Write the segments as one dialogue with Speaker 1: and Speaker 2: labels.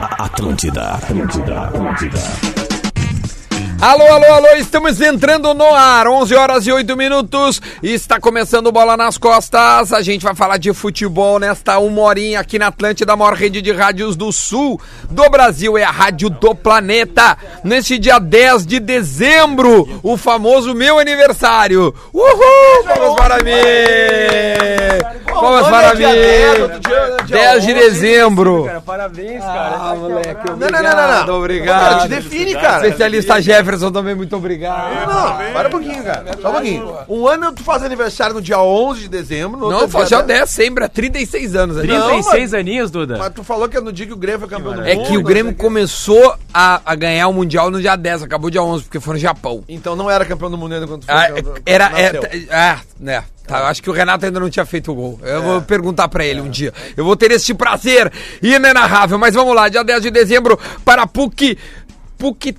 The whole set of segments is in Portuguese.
Speaker 1: Atlântida, Atlântida, Atlântida.
Speaker 2: Alô, alô, alô, estamos entrando no ar, 11 horas e 8 minutos, está começando Bola nas Costas, a gente vai falar de futebol nesta uma horinha aqui na Atlântida, a maior rede de rádios do sul do Brasil, é a rádio do planeta, neste dia 10 de dezembro, o famoso meu aniversário, uhul, palmas para mim, palmas para mim, 10 de dezembro,
Speaker 3: Parabéns, cara.
Speaker 2: não, não, não, não, não,
Speaker 3: Cara, te
Speaker 2: obrigado,
Speaker 3: define, cara.
Speaker 2: especialista Jefferson também, muito obrigado.
Speaker 3: Não, para um pouquinho, cara. Só um pouquinho. Um ano tu faz aniversário no dia 11 de dezembro. no outro
Speaker 2: Não,
Speaker 3: dia
Speaker 2: faz já
Speaker 3: dez.
Speaker 2: 10 sempre, há 36 anos. né? ali.
Speaker 4: 36 aninhos, Duda.
Speaker 3: Mas tu falou que é no dia que o Grêmio foi campeão do mundo.
Speaker 2: É que o Grêmio
Speaker 3: não sei quê.
Speaker 2: começou a, a ganhar o Mundial no dia 10, acabou dia 11, porque foi no Japão.
Speaker 3: Então não era campeão do mundo ainda quando tu foi
Speaker 2: Ah,
Speaker 3: campeão do-
Speaker 2: era,
Speaker 3: nasceu. Ah.
Speaker 2: é, é, né, tá, eu acho que o Renato ainda não tinha feito o gol. Eu
Speaker 3: É.
Speaker 2: vou perguntar pra ele um dia. Eu vou ter este prazer inenarrável. Mas vamos lá, dia 10 de dezembro para a PUC. PUC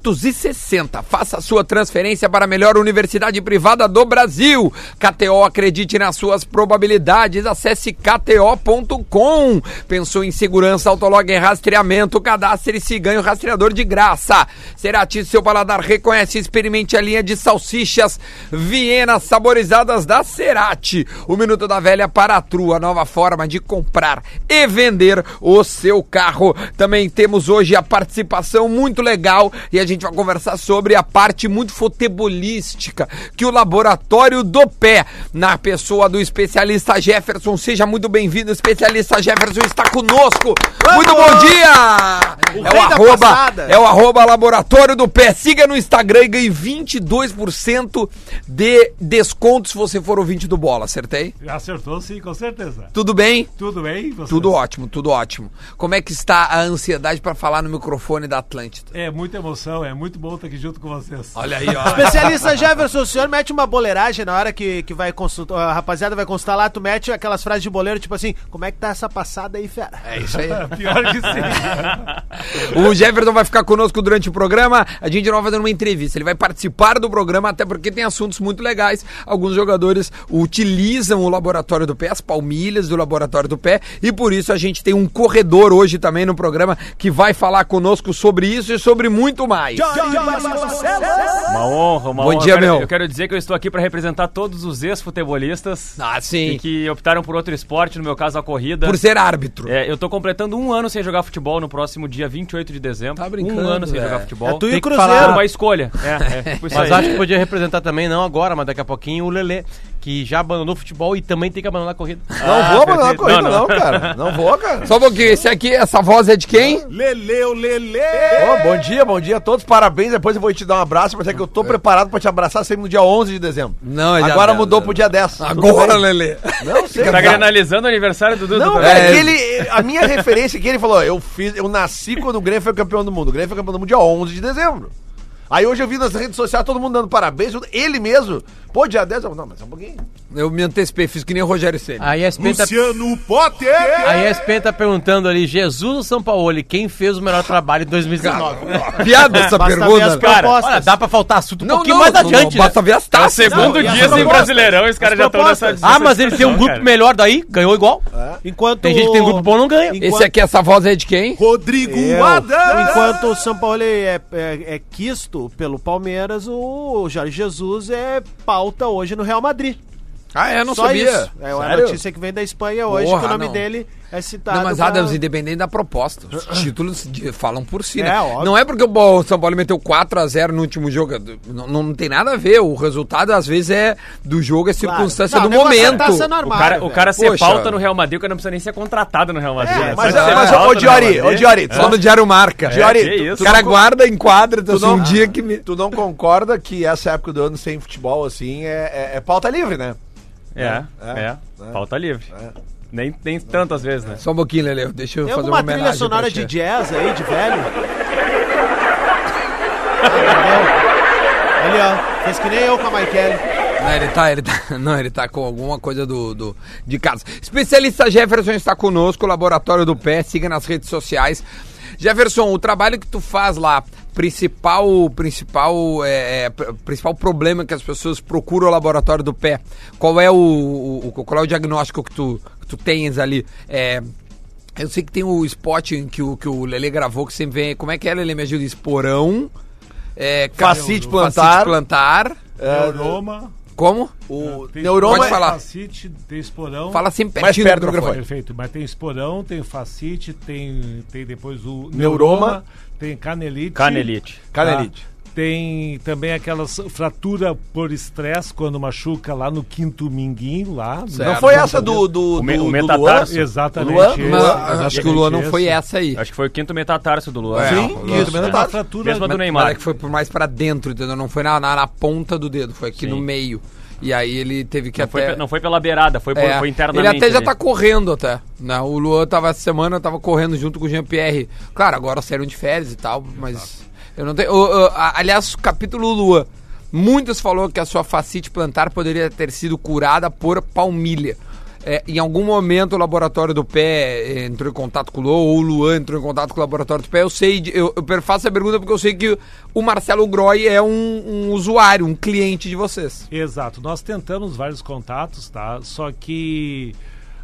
Speaker 2: 360. Faça a sua transferência para a melhor universidade privada do Brasil. KTO, acredite nas suas probabilidades. Acesse kto.com. Pensou em segurança, autolog em rastreamento, cadastre-se e ganhe o rastreador de graça. Cerati, seu paladar reconhece e experimente a linha de salsichas Vienas saborizadas da Cerati. O Minuto da Velha para a Tru, a nova forma de comprar e vender o seu carro. Também temos hoje a participação muito legal e a gente vai conversar sobre a parte muito futebolística que o Laboratório do Pé, na pessoa do especialista Jefferson, seja muito bem-vindo. O especialista Jefferson está conosco. Muito bom dia! é o
Speaker 3: rei da
Speaker 2: arroba,
Speaker 3: passada.
Speaker 2: é o arroba Laboratório do Pé. Siga no Instagram e ganhe 22% de desconto se você for ouvinte do Bola, acertei?
Speaker 5: Acertou sim, com certeza.
Speaker 2: Tudo bem?
Speaker 5: Tudo bem? Você?
Speaker 2: Tudo ótimo, tudo ótimo. Como é que está a ansiedade para falar no microfone da Atlântida?
Speaker 5: É muita emoção, é muito bom estar aqui junto com vocês.
Speaker 2: Olha aí, ó.
Speaker 6: Especialista Jefferson, o senhor mete uma boleiragem na hora que, que vai consultar, a rapaziada vai consultar lá, tu mete aquelas frases de boleiro, tipo assim, como é que tá essa passada aí, fera?
Speaker 2: É isso aí.
Speaker 5: Pior que sim.
Speaker 2: O Jefferson vai ficar conosco durante o programa. A gente não vai fazer uma entrevista. Ele vai participar do programa, até porque tem assuntos muito legais. Alguns jogadores utilizam o laboratório do pé, as palmilhas do laboratório do pé. E por isso a gente tem um corredor hoje também no programa que vai falar conosco sobre isso e sobre muito mais.
Speaker 4: Uma honra, uma
Speaker 2: Bom
Speaker 4: honra.
Speaker 2: dia,
Speaker 4: eu quero,
Speaker 2: meu.
Speaker 4: Eu quero dizer que eu estou aqui para representar todos os ex-futebolistas
Speaker 2: Ah, sim.
Speaker 4: e que optaram por outro esporte, no meu caso a corrida.
Speaker 2: Por ser árbitro.
Speaker 4: É, eu tô completando um ano sem jogar futebol no próximo dia 28 de dezembro.
Speaker 2: Tá brincando,
Speaker 4: Um ano sem
Speaker 2: velho.
Speaker 4: jogar futebol.
Speaker 6: É tu e
Speaker 4: Tem
Speaker 6: o
Speaker 4: que
Speaker 6: Cruzeiro.
Speaker 4: falar uma escolha. É, é. Por isso
Speaker 7: Mas
Speaker 4: aí.
Speaker 7: acho que podia representar também, não agora, mas daqui a pouquinho, o Lelê, que já abandonou o futebol e também
Speaker 4: Tá
Speaker 7: tem que abandonar a corrida.
Speaker 3: Não vou abandonar a corrida,
Speaker 4: Ah, Não,
Speaker 3: não,
Speaker 4: não.
Speaker 3: cara. Não vou, cara.
Speaker 2: Só um pouquinho, esse aqui, essa voz é de quem?
Speaker 3: Leleu, Lele!
Speaker 2: É.
Speaker 3: bom dia, bom dia a todos, parabéns. Depois eu vou te dar um abraço, mas é que eu tô preparado pra te abraçar sempre no dia 11 de dezembro.
Speaker 2: Não, é dia
Speaker 3: Agora
Speaker 2: 10,
Speaker 3: mudou
Speaker 2: né?
Speaker 3: pro dia 10.
Speaker 2: Agora, Lelê.
Speaker 3: Não sei,
Speaker 4: Tá
Speaker 3: cara.
Speaker 4: analisando o aniversário do Dudu.
Speaker 3: Não,
Speaker 4: também.
Speaker 3: cara,
Speaker 2: É.
Speaker 3: é que ele, a minha referência é que ele falou, eu fiz, eu nasci quando o Grêmio foi campeão do mundo. O Grêmio foi campeão do mundo dia 11 de dezembro. Aí hoje eu vi nas redes sociais todo mundo dando parabéns, ele mesmo. Pô, dia 10, eu, não, mas é um pouquinho.
Speaker 2: Eu me antecipei, fiz que nem o Rogério Ceni.
Speaker 7: A ESPN, tá,
Speaker 3: Potter!
Speaker 7: a ESPN tá perguntando ali, Jesus ou São Paulo, quem fez o melhor trabalho em
Speaker 2: Tá
Speaker 7: 2019?
Speaker 2: Piada essa
Speaker 6: Basta ver as
Speaker 2: pergunta. né?
Speaker 7: Cara,
Speaker 6: propostas.
Speaker 7: olha, dá pra faltar assunto um
Speaker 2: Não,
Speaker 7: pouquinho
Speaker 2: não,
Speaker 7: mais
Speaker 2: não,
Speaker 7: adiante,
Speaker 2: não,
Speaker 7: né?
Speaker 2: basta ver as
Speaker 4: É o
Speaker 2: taças.
Speaker 4: segundo
Speaker 3: e as
Speaker 4: dia sem
Speaker 3: propostas?
Speaker 4: Brasileirão e os caras já tá estão nessa
Speaker 7: Ah, mas ele tem um grupo
Speaker 4: melhor.
Speaker 7: melhor daí, ganhou igual.
Speaker 6: Enquanto
Speaker 7: Tem gente que tem grupo bom, não ganha.
Speaker 2: Esse aqui, essa voz é de quem?
Speaker 3: Rodrigo
Speaker 6: Eu, É, enquanto o São Paulo é, é, é quisto pelo Palmeiras, o Jorge Jesus é pauta hoje no Real Madrid.
Speaker 2: Ah, é, não
Speaker 6: Só
Speaker 2: sabia.
Speaker 6: isso. É uma
Speaker 2: Sério?
Speaker 6: notícia que vem da Espanha hoje,
Speaker 2: Porra,
Speaker 6: que o nome
Speaker 2: não.
Speaker 6: dele é citado.
Speaker 2: Não, mas
Speaker 6: pra-
Speaker 2: Adams, independente da proposta, os títulos de- falam por si, né?
Speaker 6: É, óbvio.
Speaker 2: não é porque o Bo- São Paulo meteu 4x0 no último jogo, não, não tem nada a ver, o resultado às vezes é do jogo, é
Speaker 6: Claro.
Speaker 2: circunstância
Speaker 6: Não, o
Speaker 2: do
Speaker 6: negócio é
Speaker 2: momento.
Speaker 6: taça no
Speaker 4: O
Speaker 6: armário,
Speaker 4: cara, o
Speaker 6: velho.
Speaker 4: cara ser
Speaker 2: Poxa.
Speaker 4: pauta no Real Madrid, o cara não precisa nem ser contratado no Real Madrid. né?
Speaker 3: Mas,
Speaker 4: Só
Speaker 3: é,
Speaker 4: ser
Speaker 3: mas ô,
Speaker 4: pauta
Speaker 3: ô,
Speaker 4: no
Speaker 3: Diori, É.
Speaker 4: Real
Speaker 3: ô,
Speaker 4: Madrid.
Speaker 3: Diori, tu
Speaker 2: Só no Diário Marca.
Speaker 3: Diori,
Speaker 4: que
Speaker 2: o
Speaker 4: isso.
Speaker 2: cara guarda, enquadra, então,
Speaker 3: Tu não-
Speaker 2: um dia que me...
Speaker 3: Tu não concorda que essa época do ano sem futebol, assim, é, é- é pauta livre, né?
Speaker 4: É,
Speaker 3: É,
Speaker 4: é. Falta livre. Nem, nem tantas vezes, né?
Speaker 2: Só um pouquinho, Leleu, deixa eu
Speaker 6: Tem
Speaker 2: fazer uma
Speaker 6: alguma trilha
Speaker 2: homenagem.
Speaker 6: sonora
Speaker 2: pra
Speaker 6: de
Speaker 2: ti.
Speaker 6: jazz aí, de velho? Entendeu? Ali, ó. Fez que nem eu com a Maikele.
Speaker 2: Não, ele tá, ele tá, não, ele tá com alguma coisa do, do- de casa. Especialista Jefferson está conosco, Laboratório do Pé, siga nas redes sociais. Jefferson, o trabalho que tu faz lá, principal, principal, é, é, pr- principal problema que as pessoas procuram o Laboratório do Pé, qual é o, o- o- qual é o diagnóstico que tu, que tu tens ali? É, Eu sei que tem o spot em que o, que o Lele gravou, que sempre vem. Como é que é, Lele? Me ajuda. Esporão. É, ca-
Speaker 3: Facite plantar.
Speaker 2: plantar.
Speaker 5: É
Speaker 2: é.
Speaker 5: Neuroma.
Speaker 2: Como?
Speaker 3: O
Speaker 5: tem
Speaker 3: neuroma
Speaker 2: Ah, pode
Speaker 3: é-
Speaker 2: falar.
Speaker 5: Facite, tem esporão.
Speaker 2: Fala sempre
Speaker 3: Mais
Speaker 2: pertinho
Speaker 3: perto
Speaker 2: do
Speaker 3: do
Speaker 2: microfone.
Speaker 5: Perfeito, mas tem esporão, tem facite, tem, tem depois o
Speaker 3: Neuroma.
Speaker 5: tem canelite.
Speaker 4: Canelite.
Speaker 3: Canelite.
Speaker 5: Tá? Tem também aquelas fratura por estresse quando machuca lá no quinto minguinho lá.
Speaker 3: Não
Speaker 2: Certo.
Speaker 3: foi essa do, do,
Speaker 4: O me-
Speaker 3: do-
Speaker 4: o
Speaker 3: do
Speaker 4: metatarso.
Speaker 3: Luan?
Speaker 5: Exatamente.
Speaker 3: Luan?
Speaker 5: esse.
Speaker 2: Mas,
Speaker 3: Esse-
Speaker 2: acho que o Luan não
Speaker 5: esse.
Speaker 4: é
Speaker 2: foi essa aí.
Speaker 4: Acho que foi o quinto metatarso do Luan.
Speaker 2: É,
Speaker 4: Não,
Speaker 3: Sim,
Speaker 4: o
Speaker 3: isso,
Speaker 4: Luan-
Speaker 3: mesmo
Speaker 5: Uma
Speaker 3: tá.
Speaker 5: fratura
Speaker 4: Mesma do
Speaker 2: Mas é
Speaker 4: Neymar.
Speaker 2: que foi por mais pra dentro, entendeu? Não foi na, na, na ponta do dedo, foi aqui
Speaker 4: Sim.
Speaker 2: no meio. E aí ele teve que
Speaker 4: Não foi,
Speaker 2: até...
Speaker 4: pe- não foi pela beirada, foi, por,
Speaker 2: É,
Speaker 4: foi internamente.
Speaker 2: ele até já
Speaker 4: ali.
Speaker 2: tá correndo até. Né? O Luan tava essa semana, tava correndo junto com o Jean-Pierre. Claro, agora saíram de férias e tal, mas. Eu não tenho. ô, ô, a- aliás, capítulo Luan. Muitos falou que a sua facite plantar poderia ter sido curada por palmilha. É, em algum momento o laboratório do pé eh, entrou em contato com o Luan, ou o Luan entrou em contato com o laboratório do pé. Eu sei, de- eu, eu per- faço essa pergunta porque eu sei que o Marcelo Groy é um, um usuário, um cliente de vocês.
Speaker 5: Exato. Nós tentamos vários contatos, tá? Só que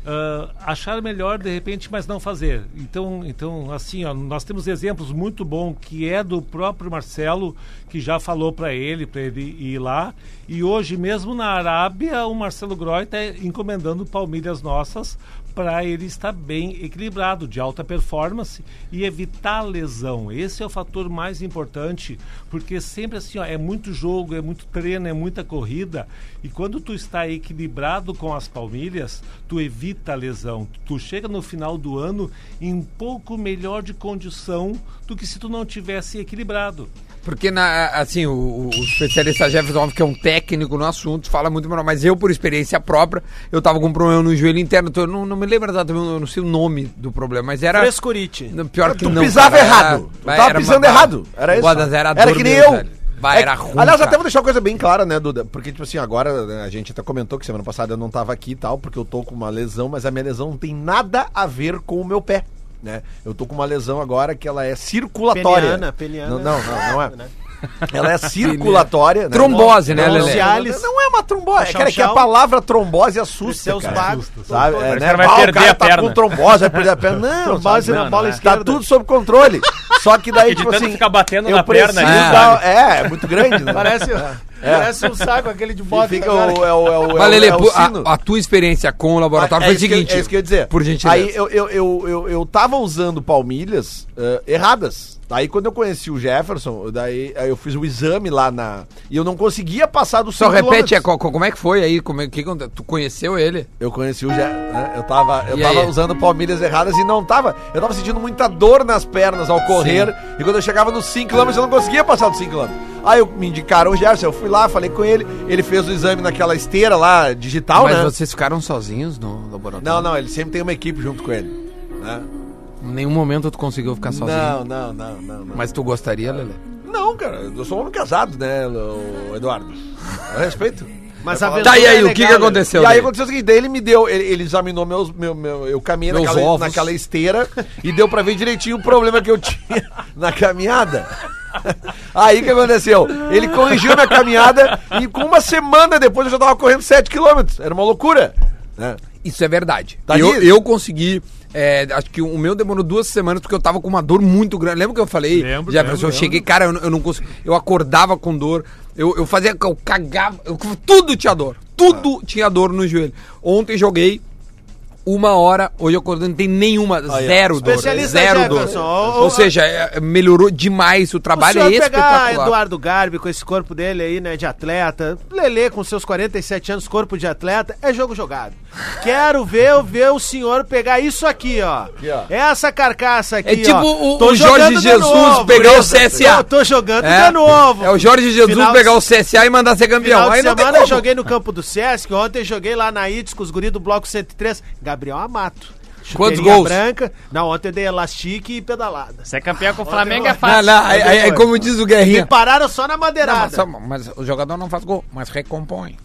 Speaker 5: ah, achar melhor de repente, mas não fazer. Então, então assim, ó, nós temos exemplos muito bons que é do próprio Marcelo, que já falou para ele, para ele ir lá. E hoje mesmo na Arábia, o Marcelo Groy está encomendando palmilhas nossas para ele estar bem equilibrado, de alta performance e evitar lesão. Esse é o fator mais importante, porque sempre assim, ó, é muito jogo, é muito treino, é muita corrida, e quando tu está equilibrado com as palmilhas, tu evita a lesão. Tu chega no final do ano em um pouco melhor de condição do que se tu não tivesse equilibrado.
Speaker 2: Porque, na- assim, o, o- o especialista Jefferson Alves, que é um técnico no assunto, fala muito melhor. Mas eu, por experiência própria, eu tava com um problema no joelho interno. Então eu não, não me lembro exatamente, eu não sei o nome do problema, mas era...
Speaker 6: Frescurite.
Speaker 2: Não, Pior que
Speaker 3: Tu
Speaker 2: não.
Speaker 3: pisava
Speaker 2: cara,
Speaker 3: errado. Tu
Speaker 2: vai,
Speaker 3: tava
Speaker 2: era uma-
Speaker 3: pisando errado. Era isso.
Speaker 2: Guadas, era, dor
Speaker 3: que nem
Speaker 2: mesmo,
Speaker 3: eu.
Speaker 2: velho. Vai,
Speaker 3: É
Speaker 2: era
Speaker 3: que-
Speaker 2: ruim.
Speaker 3: Aliás, até
Speaker 2: cara.
Speaker 3: vou deixar uma coisa bem clara, né, Duda? Porque, tipo assim, agora né, a gente até comentou que semana passada eu não tava aqui e tal, porque eu tô com uma lesão, mas a minha lesão não tem nada a ver com o meu pé. Né? Eu tô com uma lesão agora que ela é circulatória.
Speaker 6: Peniana, peniana. Né?
Speaker 3: Não, não, não, não é. Ela é circulatória. né?
Speaker 2: Trombose, né,
Speaker 3: Não,
Speaker 2: Lelé?
Speaker 6: Cialis.
Speaker 3: Não é uma trombose. É, cara, é que a
Speaker 6: Chau-chau.
Speaker 3: palavra trombose assusta.
Speaker 6: Seus
Speaker 3: cara.
Speaker 6: bagos.
Speaker 3: Sabe? É,
Speaker 4: Parece
Speaker 3: né?
Speaker 4: que vai
Speaker 3: Ah, o
Speaker 4: perder
Speaker 3: cara
Speaker 4: a
Speaker 3: tá
Speaker 4: perna.
Speaker 3: com trombose, vai perder a perna. Não,
Speaker 6: Trombose
Speaker 4: não,
Speaker 6: na bola
Speaker 4: não é.
Speaker 3: Tá
Speaker 6: esquerda.
Speaker 3: tudo sob controle. Só que daí,
Speaker 4: E de
Speaker 3: tipo
Speaker 4: tanto
Speaker 3: assim.
Speaker 4: ficar batendo
Speaker 3: eu
Speaker 4: na perna,
Speaker 3: preciso
Speaker 2: né?
Speaker 3: dar- É, é muito grande. Né?
Speaker 6: Parece,
Speaker 2: É.
Speaker 6: parece um saco aquele de
Speaker 3: Fica
Speaker 6: bota.
Speaker 3: o,
Speaker 6: cara.
Speaker 3: é o, é o, é
Speaker 2: Mas,
Speaker 3: o-
Speaker 2: Lelê,
Speaker 3: é o
Speaker 2: por-
Speaker 3: sino.
Speaker 2: a, a tua experiência com o laboratório
Speaker 3: É
Speaker 2: foi o
Speaker 3: isso que eu-
Speaker 2: seguinte...
Speaker 3: é isso que eu ia dizer.
Speaker 2: Por gentileza.
Speaker 3: Aí eu, eu, eu, eu, eu tava usando palmilhas eh, erradas. Aí quando eu conheci o Jefferson, daí aí eu fiz o exame lá na. E eu não conseguia passar do
Speaker 2: Só repete, é,
Speaker 3: qual.
Speaker 2: co- co- como é que foi aí? Como é, que, aconte- tu conheceu ele?
Speaker 3: Eu conheci o Jé. né? Eu tava, eu
Speaker 2: E
Speaker 3: tava
Speaker 2: aí?
Speaker 3: usando palmilhas erradas e não tava. Eu tava sentindo muita dor nas pernas ao correr. E quando eu chegava nos 5km, eu não conseguia passar dos 5km. Aí eu, me indicaram o Jefferson, eu fui lá, falei com ele. Ele fez o exame naquela esteira lá, digital,
Speaker 2: mas
Speaker 3: né?
Speaker 2: vocês ficaram sozinhos no laboratório?
Speaker 3: Não, não, ele sempre tem uma equipe junto com ele. né?
Speaker 2: Em nenhum momento tu conseguiu ficar sozinho.
Speaker 3: Não, não, não, não. não.
Speaker 2: Mas tu gostaria, Lelê?
Speaker 3: Não, cara, eu sou um homem casado, né, o Eduardo? Eu respeito.
Speaker 6: Mas a
Speaker 2: Tá, e
Speaker 6: aventura
Speaker 2: aí,
Speaker 6: é
Speaker 2: o que, que
Speaker 6: legal, né?
Speaker 2: aconteceu?
Speaker 3: e aí
Speaker 2: Lelê?
Speaker 3: aconteceu o seguinte, daí ele me deu, ele, ele examinou meus, meu, meu- eu caminhei
Speaker 2: Meus
Speaker 3: naquela,
Speaker 2: ovos.
Speaker 3: naquela esteira e deu pra ver direitinho o problema que eu tinha na caminhada. Aí o que aconteceu? Ele corrigiu minha caminhada e com uma semana depois eu já tava correndo 7km. Era uma loucura. né?
Speaker 2: Isso é verdade.
Speaker 3: Tá
Speaker 2: eu,
Speaker 3: ali?
Speaker 2: eu consegui. é, acho que o meu demorou duas semanas porque eu tava com uma dor muito grande. Lembra que eu falei?
Speaker 5: Lembro,
Speaker 2: Já,
Speaker 5: lembro,
Speaker 2: pessoal, eu
Speaker 5: lembro.
Speaker 2: cheguei, cara, eu, não- eu não consegui. Eu acordava com dor. Eu, eu fazia. Eu cagava. eu- tudo tinha dor. Tudo
Speaker 6: Ah.
Speaker 2: tinha dor no joelho. Ontem joguei. Uma hora, hoje eu acordei, não tem nenhuma,
Speaker 3: Aí, ó.
Speaker 2: zero dor.
Speaker 6: Especialista
Speaker 2: Zero dor.
Speaker 6: Jefferson, ó, ó,
Speaker 2: Ou seja, é, melhorou demais o
Speaker 6: O
Speaker 2: trabalho,
Speaker 6: senhor
Speaker 2: é
Speaker 6: pegar
Speaker 2: espetacular.
Speaker 6: Eduardo Garbi com esse corpo dele aí, né, de atleta, Lele com seus 47 anos, corpo de atleta, é jogo jogado. Quero ver, ver o senhor pegar isso aqui, ó.
Speaker 3: ó.
Speaker 6: Essa carcaça aqui,
Speaker 2: É tipo
Speaker 6: ó.
Speaker 2: o-
Speaker 6: Tô
Speaker 2: o Jorge
Speaker 6: jogando de
Speaker 2: Jesus pegar o
Speaker 6: beleza?
Speaker 2: CSA.
Speaker 6: Eu tô jogando de novo.
Speaker 2: é o Jorge Jesus
Speaker 6: Final de-
Speaker 2: pegar o CSA e mandar ser campeão.
Speaker 6: Final de
Speaker 2: Aí não tem
Speaker 6: semana eu
Speaker 2: como.
Speaker 6: joguei no campo do Sesc, ontem joguei lá na ITS com os guris do Bloco 103, Gabriel Amato.
Speaker 2: Quantos
Speaker 6: Chuteirinha
Speaker 2: gols?
Speaker 6: branca. Não, ontem eu dei elastique e pedalada.
Speaker 4: Ser campeão com o Flamengo é
Speaker 2: Não,
Speaker 4: fácil.
Speaker 2: não, aí, aí- aí como diz o
Speaker 6: Me
Speaker 2: Guerrinha.
Speaker 6: pararam só na
Speaker 2: Não, mas,
Speaker 6: madeirada.
Speaker 2: só- mas o jogador não faz gol, mas recompõe.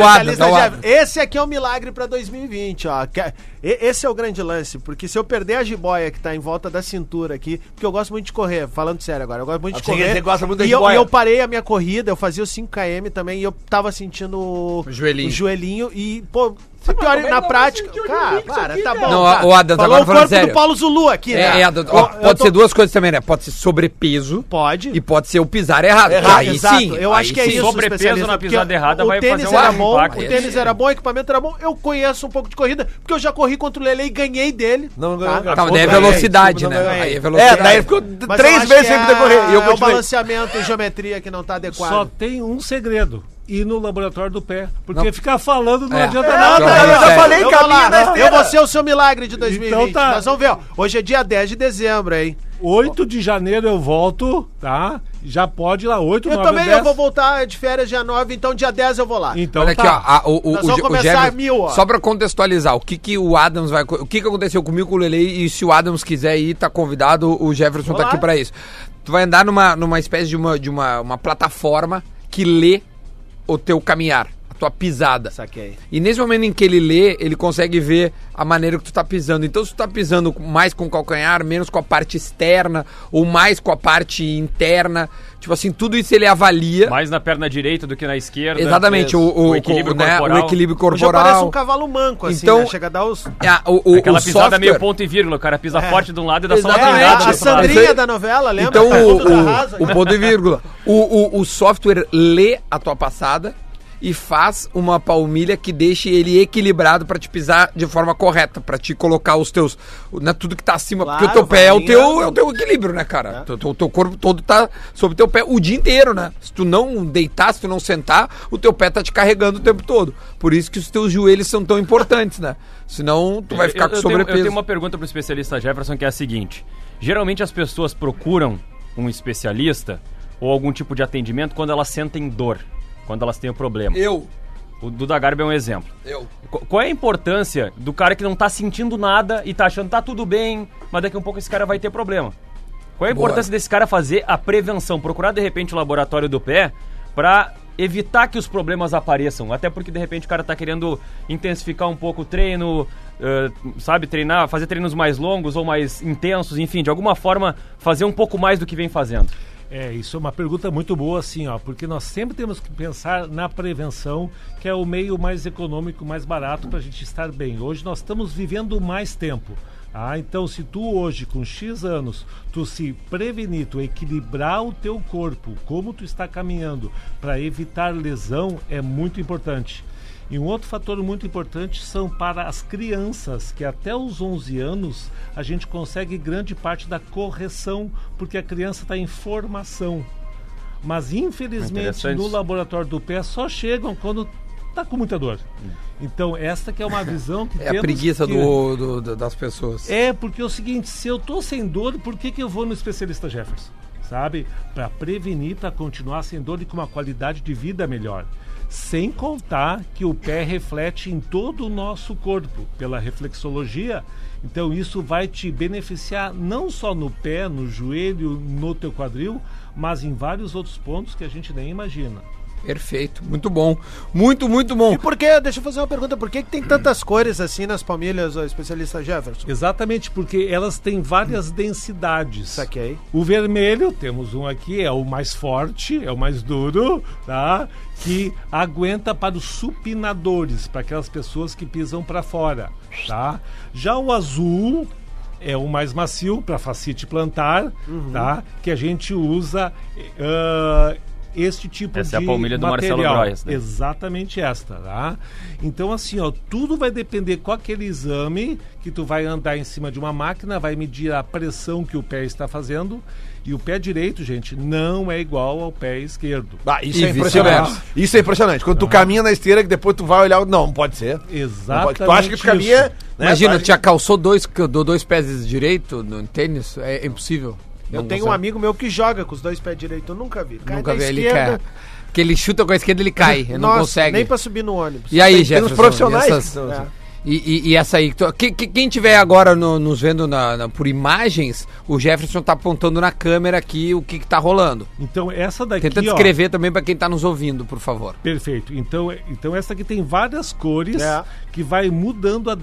Speaker 2: É, o Adams,
Speaker 6: Especialista
Speaker 2: é o
Speaker 6: Jeff,
Speaker 2: Adams.
Speaker 6: Esse aqui é um milagre pra 2020, ó. Que- e- Esse é o grande lance, porque se eu perder a jiboia que tá em volta da cintura aqui, porque eu gosto muito de correr, falando sério agora, eu gosto
Speaker 2: Ah,
Speaker 6: muito de
Speaker 3: Você-
Speaker 6: correr.
Speaker 3: você gosta muito da
Speaker 6: e, eu,
Speaker 3: jiboia.
Speaker 6: e eu parei a minha corrida, eu fazia os 5km também, e eu tava sentindo o
Speaker 2: joelhinho.
Speaker 6: o joelhinho e, pô, Só que olha, na prática. Cara, para, tá bom.
Speaker 2: Não,
Speaker 6: tá.
Speaker 2: o Adams,
Speaker 6: Falou
Speaker 2: agora
Speaker 6: o
Speaker 2: falando
Speaker 6: corpo
Speaker 2: sério.
Speaker 6: do Paulo Zulu aqui, né?
Speaker 2: É, é, ó,
Speaker 6: Eu- eu
Speaker 2: pode
Speaker 6: tô-
Speaker 2: ser duas coisas também, né? Pode ser sobrepeso
Speaker 6: Pode.
Speaker 2: e pode ser o pisar errado.
Speaker 3: É
Speaker 6: Errado,
Speaker 2: aí
Speaker 6: Ah, exato.
Speaker 2: sim.
Speaker 6: Eu
Speaker 2: aí
Speaker 6: acho que é
Speaker 2: sim.
Speaker 6: isso,
Speaker 4: Sobrepeso
Speaker 6: especialista,
Speaker 4: na
Speaker 6: porque
Speaker 4: pisada errada
Speaker 6: o
Speaker 4: vai
Speaker 6: tênis
Speaker 4: fazer um
Speaker 6: era bom,
Speaker 4: impacto.
Speaker 6: O tênis era bom, o equipamento era bom. Eu conheço um pouco de corrida, porque eu já corri contra o Lele e ganhei dele.
Speaker 3: Não ganhou,
Speaker 6: tá?
Speaker 3: cara.
Speaker 2: Tá, mas daí é
Speaker 3: Ganhei,
Speaker 2: velocidade,
Speaker 3: tipo,
Speaker 2: né?
Speaker 3: não ganhei.
Speaker 2: Aí é
Speaker 3: É,
Speaker 2: velocidade.
Speaker 3: daí ele ficou
Speaker 6: Mas eu
Speaker 3: três
Speaker 6: acho
Speaker 3: vezes
Speaker 6: que
Speaker 3: sem poder correr. E eu
Speaker 6: é o
Speaker 3: continuei.
Speaker 6: balanceamento e geometria que não tá adequado.
Speaker 5: Só tem um segredo. Ir no laboratório do pé. Porque ficar falando não
Speaker 2: É.
Speaker 5: adianta
Speaker 2: É,
Speaker 5: nada.
Speaker 2: não,
Speaker 5: né?
Speaker 2: não,
Speaker 3: eu já
Speaker 2: sério.
Speaker 3: falei,
Speaker 6: eu, vou
Speaker 3: caminha na
Speaker 6: lá, eu
Speaker 3: esteira.
Speaker 6: vou ser o seu milagre de 2020.
Speaker 5: Então tá.
Speaker 6: Nós vamos ver, ó. Hoje é dia 10 de dezembro, hein?
Speaker 5: 8 de janeiro eu volto, tá? Já pode ir lá, 8,
Speaker 6: Eu
Speaker 5: 9
Speaker 6: também
Speaker 5: 10.
Speaker 6: eu vou voltar de férias dia 9, então dia 10 eu vou lá.
Speaker 5: Então
Speaker 2: Olha
Speaker 5: tá.
Speaker 2: aqui, ó. a- o, o,
Speaker 6: Nós
Speaker 2: o
Speaker 6: vamos
Speaker 2: Je- o
Speaker 6: começar
Speaker 2: Jefferson-
Speaker 6: a mil, ó.
Speaker 2: Só pra contextualizar, o que, que o Adams vai. co- O que, que aconteceu comigo com o Lele e se o Adams quiser ir, tá convidado, o Jefferson tá
Speaker 6: Olá.
Speaker 2: aqui pra isso. Tu vai andar numa, numa espécie de, uma, de uma, uma plataforma que lê o teu caminhar, a tua pisada.
Speaker 6: Saquei.
Speaker 2: E nesse momento em que ele lê, ele consegue ver a maneira que tu tá pisando. Então, se tu tá pisando mais com o calcanhar, menos com a parte externa, ou mais com a parte interna, tipo assim, tudo isso ele avalia.
Speaker 4: Mais na perna direita do que na esquerda.
Speaker 2: Exatamente, o, o,
Speaker 4: o equilíbrio
Speaker 2: o, né,
Speaker 4: corporal.
Speaker 2: o equilíbrio
Speaker 6: Hoje eu pareço
Speaker 2: corporal.
Speaker 6: um cavalo manco, assim,
Speaker 2: Então-
Speaker 6: né? Chega a dar os...
Speaker 2: É, o, o,
Speaker 4: Aquela
Speaker 2: o
Speaker 4: pisada
Speaker 2: software.
Speaker 4: meio ponto e vírgula, o cara pisa forte de um lado e dá só uma
Speaker 2: Exatamente.
Speaker 4: treinada.
Speaker 6: É a
Speaker 4: do outro lado.
Speaker 6: Sandrinha da novela, lembra? Tá
Speaker 2: Então,
Speaker 6: Todo da Raza,
Speaker 2: o, o, o ponto e vírgula. O, o, o software lê a tua passada e faz uma palmilha que deixe ele equilibrado pra te pisar de forma correta, pra te colocar os teus. Né, tudo que tá acima.
Speaker 6: Claro, É.
Speaker 2: porque o teu pé é o
Speaker 6: varinha.
Speaker 2: teu, é o teu equilíbrio, né, cara? O teu, teu corpo todo tá sobre o teu pé o dia inteiro, né? Se tu não deitar, se tu não sentar, o teu pé tá te carregando o tempo todo. Por isso que os teus joelhos são tão importantes, né? Senão tu vai ficar
Speaker 4: Eu-
Speaker 2: com
Speaker 4: eu tenho-
Speaker 2: sobrepeso.
Speaker 4: eu tenho uma pergunta pro especialista Jefferson que é a seguinte: geralmente as pessoas procuram um especialista ou algum tipo de atendimento quando elas sentem dor, quando elas têm um problema.
Speaker 2: Eu,
Speaker 4: O Duda Garbi é um exemplo.
Speaker 2: eu.
Speaker 4: Qu- Qual é a importância do cara que não tá sentindo nada e tá achando que tá tudo bem, mas daqui a um pouco esse cara vai ter problema? Qual é a
Speaker 2: Boa.
Speaker 4: importância desse cara fazer a prevenção, procurar de repente o laboratório do pé pra evitar que os problemas apareçam? Até porque de repente o cara tá querendo intensificar um pouco o treino, eh, sabe, treinar, fazer treinos mais longos ou mais intensos, enfim, de alguma forma fazer um pouco mais do que vem fazendo.
Speaker 5: É, isso é uma pergunta muito boa, assim, ó, porque nós sempre temos que pensar na prevenção, que é o meio mais econômico, mais barato para a gente estar bem. Hoje nós estamos vivendo mais tempo. Ah, então se tu hoje, com X anos, tu se prevenir, tu equilibrar o teu corpo, como tu está caminhando, para evitar lesão, é muito importante. E um outro fator muito importante são para as crianças, que até os 11 anos a gente consegue grande parte da correção, porque a criança está em formação. Mas infelizmente
Speaker 4: Interessante.
Speaker 5: no laboratório do pé só chegam quando está com muita dor. Então essa que é uma visão que
Speaker 2: Hum. É
Speaker 5: temos
Speaker 2: a preguiça
Speaker 5: que-
Speaker 2: do, do- do- das pessoas.
Speaker 5: é, porque é o seguinte, se eu tô sem dor, por que, que eu vou no especialista Jefferson? Sabe? Para prevenir, para continuar sem dor e com uma qualidade de vida melhor. Sem contar que o pé reflete em todo o nosso corpo, pela reflexologia. Então isso vai te beneficiar não só no pé, no joelho, no teu quadril, mas em vários outros pontos que a gente nem imagina.
Speaker 2: Perfeito, muito bom. Muito, muito bom.
Speaker 6: E por que, deixa eu fazer uma pergunta, por que, que tem tantas cores assim nas palmilhas, o especialista Jefferson?
Speaker 5: Exatamente, porque elas têm várias densidades.
Speaker 6: Saquei.
Speaker 5: O vermelho, temos um aqui, é o mais forte, é o mais duro, tá? Que aguenta para os supinadores, para aquelas pessoas que pisam para fora, tá? Já o azul é o mais macio para facite plantar, tá? Que a gente usa eh, ah, este tipo
Speaker 4: Essa é a
Speaker 5: de
Speaker 4: palmilha do Marcelo
Speaker 5: material.
Speaker 4: Braz, né?
Speaker 5: Exatamente esta, tá? Então, assim, ó, tudo vai depender com aquele exame que tu vai andar em cima de uma máquina, vai medir a pressão que o pé está fazendo. E o pé direito, gente, não é igual ao pé esquerdo.
Speaker 3: Ah, isso
Speaker 2: E
Speaker 3: é impressionante.
Speaker 2: vice-versa.
Speaker 3: Isso é impressionante. Quando tu caminha na esteira, que depois tu vai olhar. Não, não pode ser. Não pode-
Speaker 5: Exatamente.
Speaker 3: Tu acha que tu caminha.
Speaker 5: isso.
Speaker 6: É,
Speaker 3: né, tu
Speaker 2: Imagina,
Speaker 3: acha
Speaker 2: tu já calçou dois, que eu dou dois pés direito no tênis? É, impossível.
Speaker 6: Eu tenho um amigo meu que joga com os dois pés direitos, eu nunca vi. Cai
Speaker 2: Nunca
Speaker 6: da
Speaker 2: vi ele
Speaker 6: esquerda,
Speaker 2: cair. Porque ele chuta com a esquerda ele cai, ele não
Speaker 6: nossa,
Speaker 2: consegue.
Speaker 6: nem pra É. subir no ônibus.
Speaker 2: E aí,
Speaker 3: que ter
Speaker 2: Jefferson?
Speaker 3: uns profissionais.
Speaker 2: E, essas-
Speaker 3: que são-
Speaker 2: e- e- e essa aí? que tu- que- que- quem tiver agora no- nos vendo na- na- por imagens, o Jefferson tá apontando na câmera aqui o que, que tá rolando.
Speaker 5: Então, essa daqui,
Speaker 2: Tenta
Speaker 5: ó,
Speaker 2: descrever também pra quem tá nos ouvindo, por favor.
Speaker 5: Perfeito. Então, é- então essa aqui tem várias cores
Speaker 6: É.
Speaker 5: que vai mudando a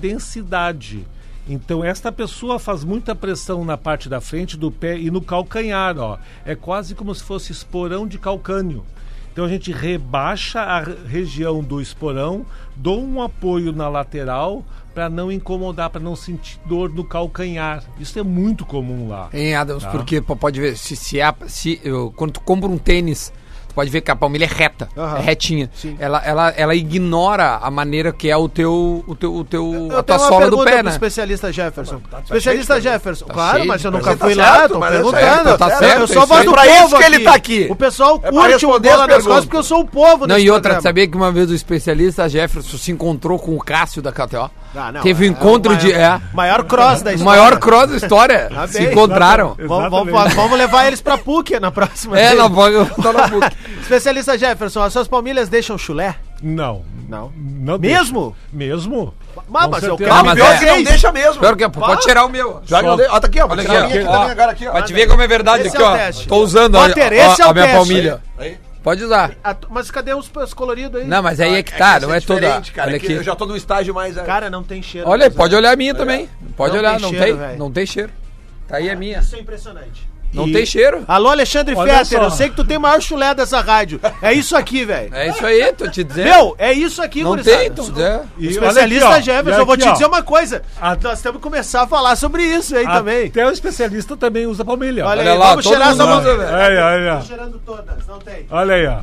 Speaker 5: densidade. Então esta pessoa faz muita pressão na parte da frente do pé e no calcanhar, ó. É quase como se fosse esporão de calcânio. Então a gente rebaixa a re- região do esporão, dou um apoio na lateral para não incomodar, para não sentir dor no calcanhar. Isso é muito comum lá.
Speaker 2: Em Adams,
Speaker 5: Tá.
Speaker 2: porque pô, pode ver, se, se, é a, se eu- quando tu compra um tênis, tu pode ver que a palmilha é reta,
Speaker 6: Aham.
Speaker 2: é retinha.
Speaker 6: Sim.
Speaker 2: Ela, ela, ela ignora a maneira que é o teu, o teu, o teu, a tua
Speaker 6: uma
Speaker 2: sola do
Speaker 6: pergunta
Speaker 2: pé,
Speaker 6: pro
Speaker 2: né? Tá
Speaker 6: especialista Jefferson. especialista Jefferson. claro,
Speaker 2: cheio
Speaker 6: mas
Speaker 2: de
Speaker 6: eu nunca
Speaker 3: pergunta.
Speaker 6: fui
Speaker 3: Tá
Speaker 6: lá,
Speaker 3: certo,
Speaker 6: tô
Speaker 3: mas é
Speaker 6: perguntando.
Speaker 3: certo, tá
Speaker 2: certo,
Speaker 6: eu
Speaker 2: isso
Speaker 6: sou
Speaker 2: aí.
Speaker 6: a voz do
Speaker 3: Pra
Speaker 6: povo
Speaker 3: isso que ele tá aqui.
Speaker 6: O pessoal
Speaker 3: pra
Speaker 6: curte um o
Speaker 3: responder
Speaker 6: bola
Speaker 3: as
Speaker 6: das costas
Speaker 3: perguntas.
Speaker 6: porque eu sou o povo
Speaker 2: Não,
Speaker 6: nesse
Speaker 2: e outra,
Speaker 6: programa.
Speaker 2: tu sabia que uma vez o especialista Jefferson se encontrou com o Cássio da KTO?
Speaker 6: Ah, não,
Speaker 2: Teve
Speaker 6: é-
Speaker 2: um encontro
Speaker 6: é o
Speaker 2: de. É,
Speaker 6: Maior cross da
Speaker 2: o
Speaker 6: história.
Speaker 2: maior cross da história.
Speaker 6: Tá
Speaker 2: se
Speaker 6: bem,
Speaker 2: encontraram.
Speaker 6: Vamos, vamos-
Speaker 5: Exatamente.
Speaker 6: vamos levar eles pra PUC na próxima.
Speaker 2: É,
Speaker 6: vez.
Speaker 2: na tá na PUC.
Speaker 6: Especialista Jefferson, as suas palmilhas deixam chulé?
Speaker 5: Não.
Speaker 6: Não.
Speaker 5: não
Speaker 6: Mesmo?
Speaker 5: deixa. Mesmo?
Speaker 6: Mas-
Speaker 5: Com
Speaker 6: mas eu
Speaker 5: certeza.
Speaker 6: quero-
Speaker 2: Ah,
Speaker 3: Tá Pior
Speaker 2: mas é.
Speaker 3: que não deixa mesmo.
Speaker 2: Pior que é, pô, pode tirar o meu.
Speaker 3: Pior que não deixa. Ó, tá aqui, ó. Vou
Speaker 2: Olha
Speaker 3: tirar a
Speaker 2: aqui,
Speaker 3: minha aqui
Speaker 2: ó.
Speaker 3: também agora aqui, ó.
Speaker 2: Pra te ver como é verdade
Speaker 6: Esse
Speaker 2: aqui,
Speaker 6: é o
Speaker 2: ó.
Speaker 6: teste.
Speaker 2: Tô usando ó,
Speaker 6: Potter,
Speaker 2: ó,
Speaker 6: esse é o
Speaker 2: a minha
Speaker 6: teste.
Speaker 2: palmilha.
Speaker 3: Aí.
Speaker 2: Pode usar.
Speaker 6: A Ah, tu- Mas cadê os, os coloridos aí?
Speaker 2: Não, mas aí é que
Speaker 3: Ah,
Speaker 2: tá,
Speaker 3: esse
Speaker 2: não é toda.
Speaker 3: diferente, cara.
Speaker 2: Olha
Speaker 3: É que
Speaker 2: aqui.
Speaker 3: Eu já tô num estágio mais...
Speaker 6: Cara, não tem cheiro.
Speaker 2: Olha, aí,
Speaker 6: mas-
Speaker 2: pode olhar a minha também. Pode
Speaker 6: Não
Speaker 2: olhar,
Speaker 6: tem
Speaker 2: não
Speaker 6: cheiro,
Speaker 2: tem?
Speaker 6: velho.
Speaker 2: Não tem cheiro. Tá aí a minha.
Speaker 6: Isso é impressionante.
Speaker 2: Não
Speaker 5: E-
Speaker 2: tem cheiro.
Speaker 6: Alô, Alexandre
Speaker 5: Olha
Speaker 6: Fetter,
Speaker 5: só.
Speaker 6: eu sei que tu tem o maior chulé dessa rádio. É isso aqui, velho.
Speaker 2: É isso aí, tô te dizendo.
Speaker 6: Meu, é isso aqui,
Speaker 2: não
Speaker 6: gurizada.
Speaker 2: tem, então. É.
Speaker 5: E
Speaker 6: Especialista
Speaker 5: olha aqui, ó,
Speaker 6: Jefferson,
Speaker 5: e aqui,
Speaker 6: eu vou te
Speaker 5: ó,
Speaker 6: dizer uma coisa.
Speaker 5: A-
Speaker 6: Nós temos que começar a falar sobre isso aí também.
Speaker 5: Até o especialista também usa palmilha.
Speaker 6: Olha,
Speaker 2: Olha
Speaker 6: aí,
Speaker 2: lá,
Speaker 6: vamos
Speaker 2: todo
Speaker 6: cheirar
Speaker 2: mundo
Speaker 6: essa mão.
Speaker 2: usa,
Speaker 6: Tô
Speaker 2: velho.
Speaker 5: Olha aí, olha aí,
Speaker 6: cheirando todas, não tem.
Speaker 5: ó. Olha aí, ó.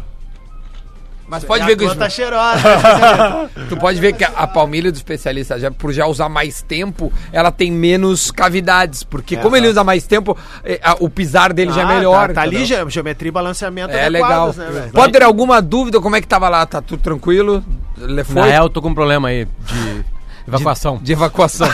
Speaker 2: Mas
Speaker 7: É,
Speaker 2: pode
Speaker 6: E
Speaker 2: ver
Speaker 6: a
Speaker 2: que
Speaker 6: tua
Speaker 2: os-
Speaker 6: tá cheirosa.
Speaker 2: Tu pode ver que a, a palmilha do especialista, já, por já usar mais tempo, ela tem menos cavidades. Porque como ele usa mais tempo, eh, a- o pisar dele já é
Speaker 6: Ah,
Speaker 2: melhor.
Speaker 6: Tá, tá ali,
Speaker 2: entendeu?
Speaker 6: ge- geometria e balanceamento
Speaker 2: É legal.
Speaker 6: adequados, né, velho?
Speaker 2: Pode ter alguma dúvida? Como é que tava lá? Tá tudo tranquilo? Le-
Speaker 7: Na
Speaker 2: Foi?
Speaker 7: real, eu tô com um problema aí de evacuação.
Speaker 2: De evacuação.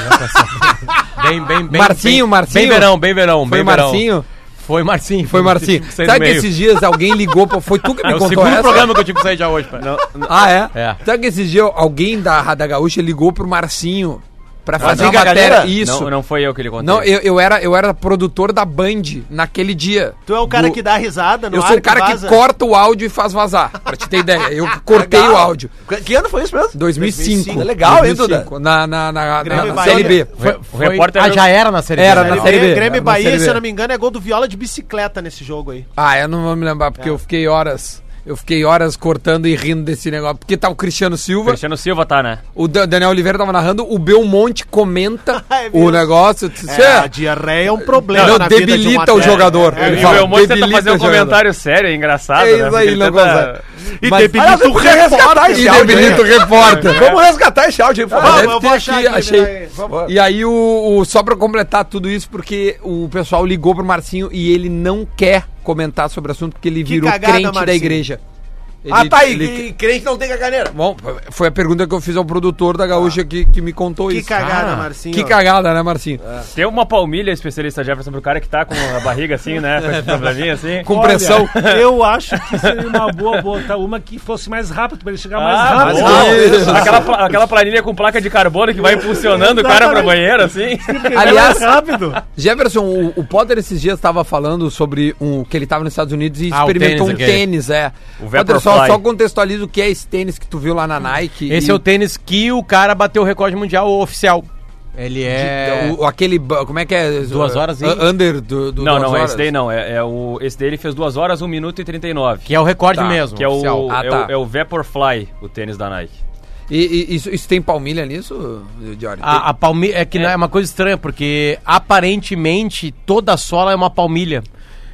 Speaker 7: Bem, bem, bem.
Speaker 2: Marcinho,
Speaker 7: bem,
Speaker 2: Marcinho.
Speaker 7: Bem verão, bem verão.
Speaker 2: Foi
Speaker 7: bem verão.
Speaker 2: Marcinho?
Speaker 7: Foi Marcinho.
Speaker 2: Foi, Marcinho.
Speaker 7: Tive que sair do
Speaker 2: Sabe que
Speaker 7: meio.
Speaker 2: esses dias alguém ligou? pra- Foi tu que me
Speaker 7: É o
Speaker 2: contou
Speaker 7: segundo
Speaker 2: essa?
Speaker 7: programa que eu tive que sair já hoje, pai.
Speaker 2: Ah, é?
Speaker 7: É.
Speaker 2: Sabe que esses dias alguém da Rada Gaúcha ligou pro Marcinho
Speaker 7: Ah,
Speaker 2: pra fazer uma
Speaker 3: diga a
Speaker 2: matéria?
Speaker 3: galera.
Speaker 2: Isso.
Speaker 4: Não, não foi eu que ele contou.
Speaker 2: Não, eu, eu era, eu era produtor da Band naquele dia.
Speaker 6: Tu é o cara
Speaker 2: Do-
Speaker 6: que dá risada no
Speaker 2: Eu
Speaker 6: ar
Speaker 2: sou
Speaker 7: um
Speaker 2: o cara que
Speaker 6: vaza.
Speaker 2: corta o áudio e faz vazar. Pra te ter ideia. Eu cortei o áudio.
Speaker 3: Que- Que ano foi isso mesmo?
Speaker 2: 2005.
Speaker 3: 2005. É legal, hein, Duda?
Speaker 2: 2005, Na, na, na, na,
Speaker 6: Grêmio
Speaker 2: na
Speaker 6: Bahia.
Speaker 2: CLB.
Speaker 7: Foi-
Speaker 4: o
Speaker 7: foi-
Speaker 4: repórter-
Speaker 7: Ah, já era na série
Speaker 2: Era
Speaker 7: B,
Speaker 2: na
Speaker 7: né?
Speaker 2: Série B,
Speaker 6: Grêmio,
Speaker 2: era
Speaker 6: Grêmio
Speaker 2: na
Speaker 6: Bahia,
Speaker 2: Série B.
Speaker 6: se eu não me engano, é gol do Viola de bicicleta nesse jogo aí.
Speaker 2: Ah, eu não vou me lembrar, porque eu fiquei horas. Eu fiquei horas cortando e rindo desse negócio. Porque tá o Cristiano Silva,
Speaker 4: Cristiano Silva tá, né?
Speaker 2: o Dan- Daniel Oliveira tava narrando, o Belmonte comenta
Speaker 6: É mesmo.
Speaker 2: o negócio. eu disse, "Cê,
Speaker 6: a diarreia é um problema
Speaker 2: Não,
Speaker 6: na vida de um
Speaker 2: debilita
Speaker 6: atleta.
Speaker 2: o jogador.
Speaker 6: É,
Speaker 2: Ele
Speaker 4: E
Speaker 6: é,
Speaker 4: o
Speaker 2: fala,
Speaker 4: Belmonte tenta
Speaker 2: debilita
Speaker 4: fazer um
Speaker 2: o jogador.
Speaker 4: comentário sério, é engraçado,
Speaker 2: É
Speaker 4: né?
Speaker 2: isso
Speaker 4: Porque
Speaker 2: aí,
Speaker 4: ele
Speaker 2: não
Speaker 4: tenta-
Speaker 3: E
Speaker 2: Mas-
Speaker 3: debilita o repórter.
Speaker 2: E debilita o repórter.
Speaker 3: Vamos resgatar esse áudio aí, por
Speaker 2: Ah,
Speaker 3: favor.
Speaker 2: deve
Speaker 6: eu
Speaker 2: ter
Speaker 6: vou achar
Speaker 2: aqui,
Speaker 6: aqui,
Speaker 2: achei.
Speaker 6: peraí, vamos-
Speaker 2: E aí, o, o- só pra completar tudo isso, porque o pessoal ligou pro Marcinho e ele não quer comentar sobre o assunto, porque ele virou
Speaker 6: cagada,
Speaker 2: crente da
Speaker 6: Marcinho.
Speaker 2: igreja.
Speaker 3: Ah,
Speaker 2: Ele-
Speaker 3: tá aí.
Speaker 2: ele-
Speaker 3: que Crente não tem caganeira.
Speaker 2: Bom, foi a pergunta que eu fiz ao produtor da Gaúcha que, que me contou
Speaker 6: Ah. Que
Speaker 2: isso.
Speaker 6: cagada, É.
Speaker 7: Ah,
Speaker 6: Marcinho.
Speaker 2: Que cagada, né, Marcinho?
Speaker 4: Tem uma palmilha especialista Jefferson pro cara que tá com a barriga assim, né? Com esse probleminha assim.
Speaker 2: Com pressão.
Speaker 5: Eu acho que seria uma boa botar uma que fosse mais rápido, pra ele chegar mais
Speaker 4: Ah,
Speaker 5: rápido.
Speaker 4: boa.
Speaker 2: Isso.
Speaker 4: Aquela, pla- aquela planilha com placa de carbono que vai impulsionando o cara pra
Speaker 5: Exatamente.
Speaker 4: banheiro, assim.
Speaker 2: Aliás,
Speaker 5: rápido.
Speaker 2: Jefferson, o, o Potter esses dias estava falando sobre um, que ele estava nos Estados Unidos e
Speaker 7: Ah, o
Speaker 2: experimentou
Speaker 7: tênis,
Speaker 2: um
Speaker 7: aquele.
Speaker 2: tênis, é.
Speaker 4: O
Speaker 2: Potter, só,
Speaker 4: Vaporfly.
Speaker 2: só contextualiza o que é esse tênis que tu viu lá na Nike.
Speaker 7: Esse
Speaker 2: e
Speaker 7: é o tênis que o cara bateu o recorde mundial oficial. Ele é.
Speaker 2: o, aquele, ba- como é que é?
Speaker 7: Duas horas e-
Speaker 2: Uh, Under do, do
Speaker 4: Não,
Speaker 2: duas
Speaker 4: não, é
Speaker 2: horas.
Speaker 4: esse daí não. É, é o, esse daí ele fez 2 horas, 1 minuto e 39.
Speaker 7: Que é o recorde
Speaker 2: Tá,
Speaker 7: mesmo.
Speaker 4: Que é o,
Speaker 2: Ah,
Speaker 4: é,
Speaker 2: tá.
Speaker 4: o, é o Vaporfly, o tênis da Nike.
Speaker 2: E, e isso, isso tem palmilha nisso, Johnny?
Speaker 7: A, a palmilha. É que né, é. uma coisa estranha, porque aparentemente toda a sola é uma palmilha.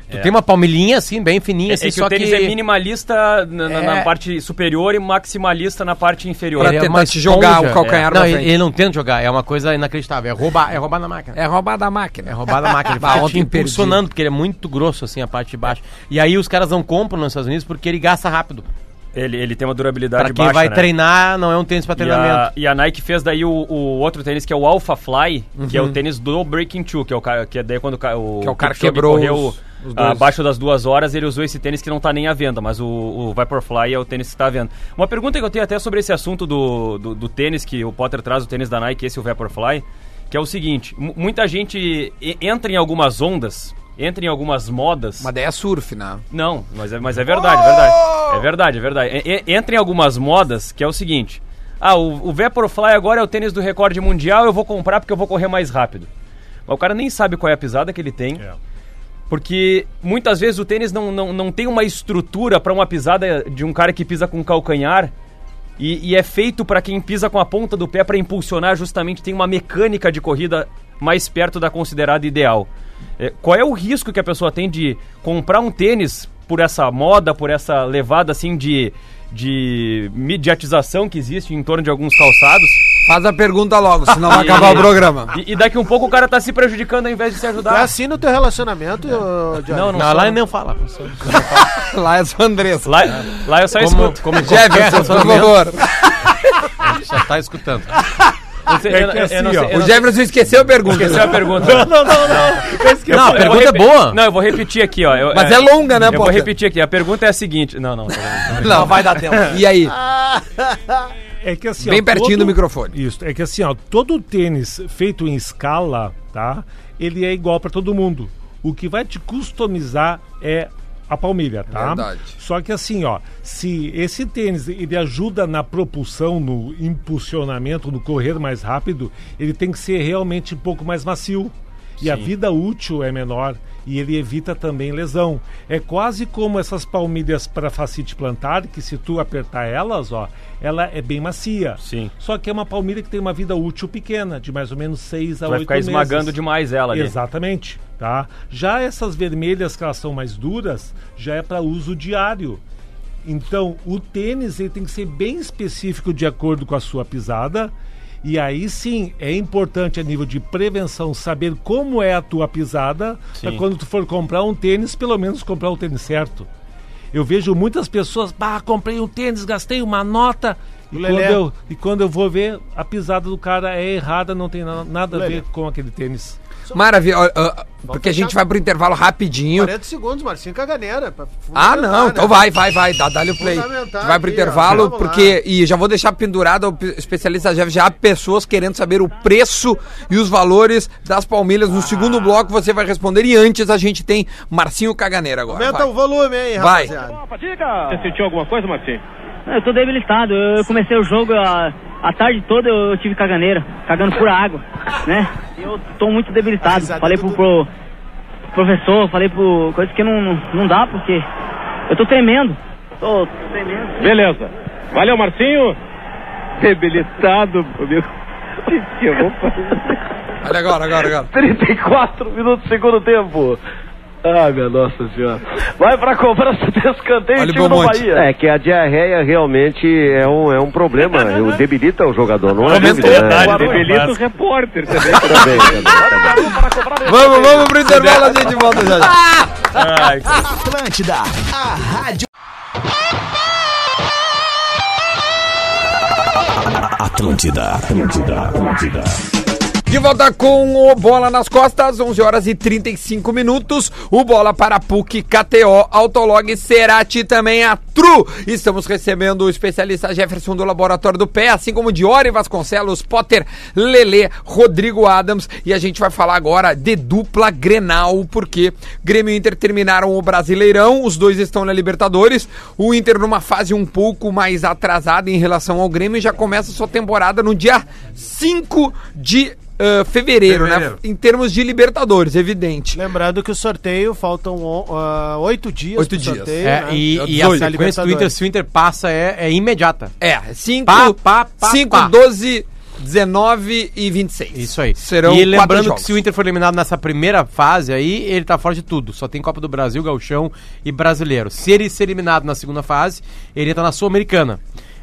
Speaker 7: Tu tem uma palmilhinha assim, bem fininha,
Speaker 4: É,
Speaker 7: assim,
Speaker 4: é que
Speaker 7: só
Speaker 4: o tênis
Speaker 7: que.
Speaker 4: é minimalista na, na- na
Speaker 7: É.
Speaker 4: parte superior e maximalista na parte inferior. é um-
Speaker 2: Pra
Speaker 7: Ele
Speaker 2: tentar
Speaker 7: uma
Speaker 2: te jogar
Speaker 7: esponja.
Speaker 2: o calcanhar
Speaker 7: É.
Speaker 2: pra
Speaker 7: Não, ele,
Speaker 2: frente.
Speaker 7: ele não tenta jogar, é uma coisa inacreditável. É roubar, é roubar na máquina.
Speaker 2: É roubada a máquina. tipo
Speaker 7: É roubar na máquina.
Speaker 2: Bah,
Speaker 7: Ele
Speaker 2: ontem
Speaker 7: fica
Speaker 2: perdi.
Speaker 7: impulsionando, porque ele é muito grosso, assim, a parte de baixo. E aí os caras não compram nos Estados Unidos porque ele gasta rápido.
Speaker 4: Ele, ele tem uma durabilidade
Speaker 7: Pra quem
Speaker 4: baixa,
Speaker 7: vai
Speaker 4: né?
Speaker 7: treinar, não é um tênis pra
Speaker 4: E
Speaker 7: treinamento.
Speaker 4: a, e a Nike fez daí o, o outro tênis que é o Alpha Fly, que é o tênis do Breaking Two, que é o cara que é daí quando o, ca- o,
Speaker 2: Uhum. Que é o cara
Speaker 4: Kipchoge
Speaker 2: quebrou
Speaker 4: correu ah,
Speaker 2: os- os dois.
Speaker 4: abaixo das duas horas, ele usou esse tênis que não tá nem à venda, mas o, o Vaporfly é o tênis que tá à venda. Uma pergunta que eu tenho até sobre esse assunto do, do, do tênis que o Potter traz, o tênis da Nike, esse o Vaporfly, que é o seguinte, mu- muita gente e- entra em algumas ondas, entra em algumas modas.
Speaker 2: Mas daí é surf, né?
Speaker 4: Não, mas é, mas é verdade, é verdade. É verdade, é verdade. E- e- entra em algumas modas que é o seguinte: ah, o, o Vaporfly agora é o tênis do recorde mundial, eu vou comprar porque eu vou correr mais rápido. Mas o cara nem sabe qual é a pisada que ele tem. Porque muitas vezes o tênis não, não, não tem uma estrutura para uma pisada de um cara que pisa com calcanhar. E, e é feito para quem pisa com a ponta do pé para impulsionar, justamente tem uma mecânica de corrida mais perto da considerada ideal. É, qual é o risco que a pessoa tem de comprar um tênis por essa moda, por essa levada assim de, de mediatização que existe em torno de alguns calçados?
Speaker 2: Faz a pergunta logo, senão vai
Speaker 4: E-
Speaker 2: acabar o programa.
Speaker 4: E, e daqui um pouco o cara tá se prejudicando ao invés de se
Speaker 5: É
Speaker 6: Tá
Speaker 4: ajudar.
Speaker 6: assim no teu relacionamento, ô, Johnny.
Speaker 4: Não, não,
Speaker 7: Não,
Speaker 4: sou,
Speaker 7: lá
Speaker 4: não.
Speaker 7: não fala. professor.
Speaker 2: Lá é só Andressa.
Speaker 4: Lá, lá eu só escuto.
Speaker 2: Jefferson, por favor.
Speaker 7: Já tá escutando.
Speaker 4: Eu sei- eu-
Speaker 5: que
Speaker 4: eu- eu não sei-
Speaker 5: assim, ó,
Speaker 4: eu
Speaker 2: O
Speaker 4: não-
Speaker 2: Jefferson esqueceu a pergunta.
Speaker 4: Esqueceu a pergunta.
Speaker 5: Não, não, não.
Speaker 7: Não, a
Speaker 4: Eu vou
Speaker 7: pergunta é
Speaker 4: repe-
Speaker 7: boa.
Speaker 4: Não, eu vou repetir aqui, ó. Eu-
Speaker 2: Mas é longa, né,
Speaker 4: Eu vou
Speaker 2: Potter?
Speaker 4: repetir aqui. A pergunta é a seguinte. Não, não. tá bom.
Speaker 2: Não, vai dar tempo. E aí?
Speaker 5: É que assim,
Speaker 2: Bem
Speaker 5: ó,
Speaker 2: pertinho do
Speaker 5: todo-
Speaker 2: microfone.
Speaker 5: Isso, é que assim, ó, todo tênis feito em escala, tá? Ele é igual para todo mundo. O que vai te customizar é a palmilha, tá?
Speaker 2: Verdade.
Speaker 5: Só que assim, ó, se esse tênis ele ajuda na propulsão, no impulsionamento, no correr mais rápido, ele tem que ser realmente um pouco mais macio. E a vida útil é menor e ele evita também lesão. É quase como essas palmilhas para facite plantar, que se tu apertar elas, ó, ela é bem macia.
Speaker 4: Sim.
Speaker 5: Só que é uma palmilha que tem uma vida útil pequena, de mais ou menos 6 a
Speaker 4: Vai
Speaker 5: 8
Speaker 4: ficar
Speaker 5: meses.
Speaker 4: esmagando demais ela ali.
Speaker 5: Exatamente, tá? Já essas vermelhas que elas são mais duras, já é para uso diário. Então, o tênis ele tem que ser bem específico de acordo com a sua pisada. E aí sim, é importante a nível de prevenção saber como é a tua pisada, para
Speaker 4: Sim.
Speaker 5: quando tu for comprar um tênis, pelo menos comprar o tênis certo. Eu vejo muitas pessoas, bah, comprei um tênis, gastei uma nota. E quando,
Speaker 6: Lelé.
Speaker 5: eu, e quando eu vou ver, a pisada do cara é errada, não tem na- nada a
Speaker 6: Lelé.
Speaker 5: ver com aquele tênis.
Speaker 2: Maravilha. ó, ó, Porque a gente vai pro intervalo rapidinho.
Speaker 6: 40 segundos, Marcinho Caganeira. pra
Speaker 2: Ah,
Speaker 6: fundamentar,
Speaker 2: não,
Speaker 6: né?
Speaker 2: então vai, vai, vai, dá, dá-lhe o play.
Speaker 6: Fundamental
Speaker 2: Tu vai pro
Speaker 6: aqui, ó.
Speaker 2: intervalo,
Speaker 6: Vamos lá.
Speaker 2: porque. E já vou deixar pendurado o pe- especialista Jeff, já há pessoas querendo saber o preço e os valores das palmilhas. No segundo bloco você vai responder. E antes a gente tem Marcinho Caganeira agora.
Speaker 6: Aumenta
Speaker 2: vai.
Speaker 6: o volume aí,
Speaker 2: Vai.
Speaker 6: rapaziada.
Speaker 8: Você sentiu alguma coisa, Marcinho?
Speaker 9: Eu tô debilitado, eu comecei o jogo a, a tarde toda eu tive caganeira, cagando por água, né? E Eu tô muito
Speaker 6: A
Speaker 9: debilitado.
Speaker 6: risada
Speaker 9: Falei
Speaker 6: do
Speaker 9: pro,
Speaker 6: Dudu.
Speaker 9: pro professor, falei pro. coisa que não, não- não dá, porque eu tô tremendo. Tô, tô tremendo.
Speaker 8: Beleza. Valeu, Marcinho. Debilitado, meu. Que eu vou fazer?
Speaker 2: Olha agora, agora, agora.
Speaker 8: 34 minutos do segundo tempo. Ah, minha nossa senhora. Vai pra cobrança de escanteio
Speaker 2: Olha o
Speaker 8: o time do
Speaker 2: Belmonte.
Speaker 8: Bahia.
Speaker 10: É que a diarreia realmente é um, é um problema. Eu debilita o jogador, não é
Speaker 4: Comentou,
Speaker 10: dúvida, né?
Speaker 4: detalhe,
Speaker 10: Também,
Speaker 8: Debilita o repórter também.
Speaker 10: também.
Speaker 2: Vamos, vamos pro intervalo, a gente volta já. já.
Speaker 4: Ai,
Speaker 1: Atlântida, Atlântida, Atlântida.
Speaker 2: De volta com o Bola nas Costas, 11 horas e 35 minutos. O Bola para PUC, KTO, Autolog, Cerati também a Tru. Estamos recebendo o especialista Jefferson do Laboratório do Pé, assim como Diori Vasconcelos, Potter, Lele, Rodrigo Adams. E a gente vai falar agora de dupla Grenal, porque Grêmio e Inter terminaram o Brasileirão, os dois estão na Libertadores. O Inter numa fase um pouco mais atrasada em relação ao Grêmio e já começa sua temporada no dia 5 de ah, fevereiro, né?
Speaker 3: Fevereiro.
Speaker 2: Em termos de Libertadores, evidente.
Speaker 6: Lembrando que o sorteio faltam ó, ah, oito dias.
Speaker 2: Oito
Speaker 6: pro
Speaker 2: dias.
Speaker 6: sorteio,
Speaker 7: É,
Speaker 6: né?
Speaker 7: e, e
Speaker 2: Dois.
Speaker 7: a sequência do Inter,
Speaker 6: Libertadores.
Speaker 7: se o Inter passa, é, é imediata.
Speaker 2: É, 5,
Speaker 7: Pá, pá, pá,
Speaker 2: 5,
Speaker 7: pá.
Speaker 2: 12, 19 e 26.
Speaker 7: Isso aí.
Speaker 2: Serão
Speaker 7: e
Speaker 2: quatro
Speaker 7: lembrando que
Speaker 2: jogos.
Speaker 7: se o Inter for eliminado nessa primeira fase aí, ele tá fora de tudo. Só tem Copa do Brasil, Gauchão e Brasileiro. Se ele ser eliminado na segunda fase, ele entra na Sul-Americana.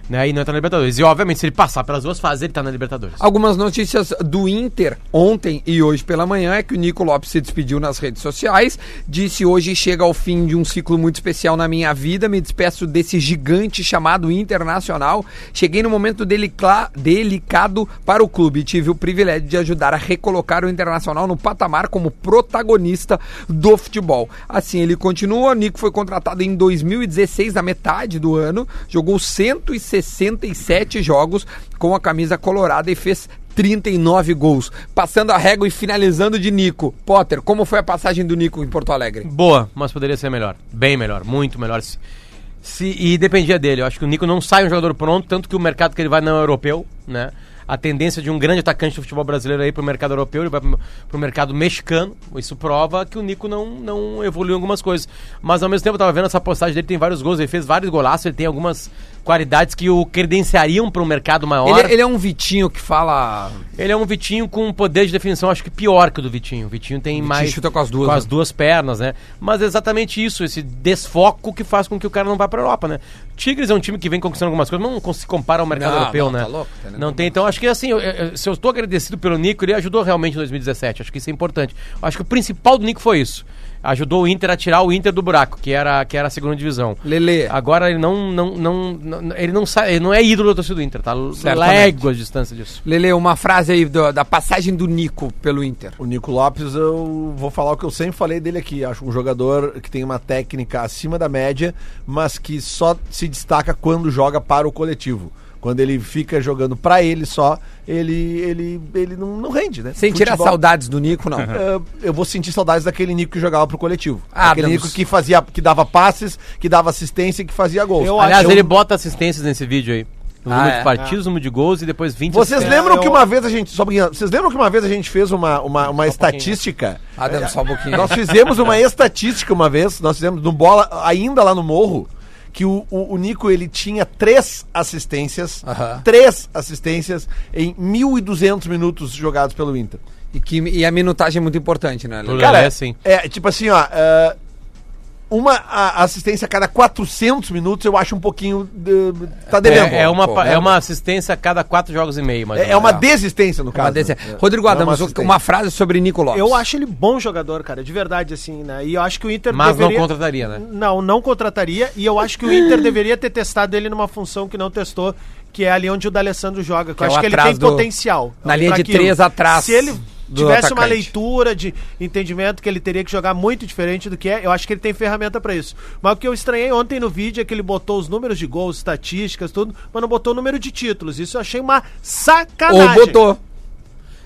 Speaker 7: Né, e não entra na Libertadores. E obviamente, se ele passar pelas duas fases, ele tá na Libertadores.
Speaker 2: Algumas notícias do Inter ontem e hoje pela manhã é que o Nico Lopes se despediu nas redes sociais, disse hoje chega ao fim de um ciclo muito especial na minha vida, me despeço desse gigante chamado Internacional. Cheguei no momento delicla- delicado para o clube e tive o privilégio de ajudar a recolocar o Internacional no patamar como protagonista do futebol. Assim ele continua, o Nico foi contratado em 2016 na metade do ano, jogou 167 jogos com a camisa colorada e fez 39 gols. Passando a régua e finalizando de Nico. Potter, como foi a passagem do Nico em Porto Alegre?
Speaker 7: Boa, mas poderia ser melhor. Bem melhor, muito melhor. Se, se- e dependia dele. Eu acho que o Nico não sai um jogador pronto, tanto que o mercado que ele vai não é europeu, né? a tendência de um grande atacante do futebol brasileiro aí pro mercado europeu, ele vai pro, pro mercado mexicano. Isso prova que o Nico não, não evoluiu em algumas coisas. Mas ao mesmo tempo, eu tava vendo essa postagem dele, tem vários gols, ele fez vários golaços, ele tem algumas qualidades que o credenciariam para um mercado maior.
Speaker 2: Ele, ele é um Vitinho que fala.
Speaker 7: Ele é um Vitinho com um poder de definição, acho que pior que o do Vitinho. O Vitinho tem mais.
Speaker 2: chuta com as duas,
Speaker 7: Com
Speaker 2: né?
Speaker 7: as duas pernas, né? Mas é exatamente isso, esse desfoco que faz com que o cara não vá pra Europa, né? Tigres é um time que vem conquistando algumas coisas, mas não cons- se compara ao mercado
Speaker 2: Não,
Speaker 7: europeu,
Speaker 2: não,
Speaker 7: né?
Speaker 2: tá louco, tá louco.
Speaker 7: não tem. Então, acho que assim, eu- eu- se eu estou agradecido pelo Nico, ele ajudou realmente em 2017. Acho que isso é importante. Acho que o principal do Nico foi isso. Ajudou o Inter a tirar o Inter do buraco, que era, que era a segunda divisão.
Speaker 2: Lele.
Speaker 7: Agora ele não, não, não, não- ele não sai, ele não é ídolo da torcida do Inter, tá?
Speaker 2: Certamente.
Speaker 7: Léguas de distância disso.
Speaker 2: Lele, uma frase aí do- da passagem do Nico pelo Inter.
Speaker 3: O Nico Lopes, eu vou falar o que eu sempre falei dele aqui. Acho um jogador que tem uma técnica acima da média, mas que só se destaca quando joga para o coletivo. Quando ele fica jogando para ele só, ele, ele, ele não, não rende, né?
Speaker 2: Sem tirar
Speaker 3: Futebol-
Speaker 2: saudades do Nico, não.
Speaker 3: Eh, eu vou sentir saudades daquele Nico que jogava pro coletivo.
Speaker 2: Ah,
Speaker 3: aquele
Speaker 2: Deus.
Speaker 3: Nico que fazia, que dava passes, que dava assistência e que fazia gols.
Speaker 6: Eu
Speaker 7: Aliás,
Speaker 6: acho-
Speaker 7: ele é bota assistências nesse vídeo aí. O
Speaker 2: Ah,
Speaker 7: número
Speaker 2: é?
Speaker 7: de partidas, o número de gols e depois 20
Speaker 3: Vocês
Speaker 7: assistências.
Speaker 3: lembram
Speaker 6: eu-
Speaker 3: que uma vez a gente. Só um pouquinho, vocês lembram que uma vez a gente fez uma, uma,
Speaker 7: um
Speaker 3: uma estatística?
Speaker 2: Adam, só um pouquinho.
Speaker 3: Nós fizemos uma estatística uma vez, nós fizemos no bola, ainda lá no morro, que o, o, o Nico ele tinha três assistências,
Speaker 2: Aham.
Speaker 3: três assistências em 1.200 minutos jogados pelo Inter.
Speaker 2: E, que, e a minutagem é muito importante, né, Lele?
Speaker 7: Cara, Lelé, sim.
Speaker 3: é tipo assim, ó. é, uma a- assistência a cada 400 minutos eu acho um pouquinho. de- tá devendo.
Speaker 7: É, é uma,
Speaker 2: Pô,
Speaker 7: pa-
Speaker 2: né,
Speaker 7: é uma assistência a cada quatro jogos e meio, mas
Speaker 3: É- é uma desistência, no
Speaker 2: Uma
Speaker 3: caso. né?
Speaker 2: desse-
Speaker 3: É.
Speaker 2: Rodrigo
Speaker 3: Não é uma
Speaker 2: Adams, uma,
Speaker 3: assistência.
Speaker 2: frase sobre Nico Lopes.
Speaker 6: Eu acho ele bom jogador, cara, de verdade, assim, né? E eu acho que o Inter
Speaker 7: Mas
Speaker 6: deveria...
Speaker 7: não contrataria, né?
Speaker 6: Não, não contrataria. E eu acho que o Inter deveria ter testado ele numa função que não testou, que é ali onde o D'Alessandro joga. Que,
Speaker 2: Que é
Speaker 6: eu
Speaker 2: o
Speaker 6: acho que ele tem
Speaker 2: atrás do-
Speaker 6: potencial.
Speaker 2: na linha
Speaker 6: pra
Speaker 2: de
Speaker 6: aquilo.
Speaker 2: três atrás
Speaker 6: Se ele
Speaker 2: do
Speaker 6: tivesse uma
Speaker 2: atacante.
Speaker 6: leitura de entendimento que ele teria que jogar muito diferente do que é, eu acho que ele tem ferramenta pra isso. Mas o que eu estranhei ontem no vídeo é que ele botou os números de gols, estatísticas, tudo, mas não botou o número de títulos. Isso eu achei uma sacanagem.
Speaker 2: Ou botou.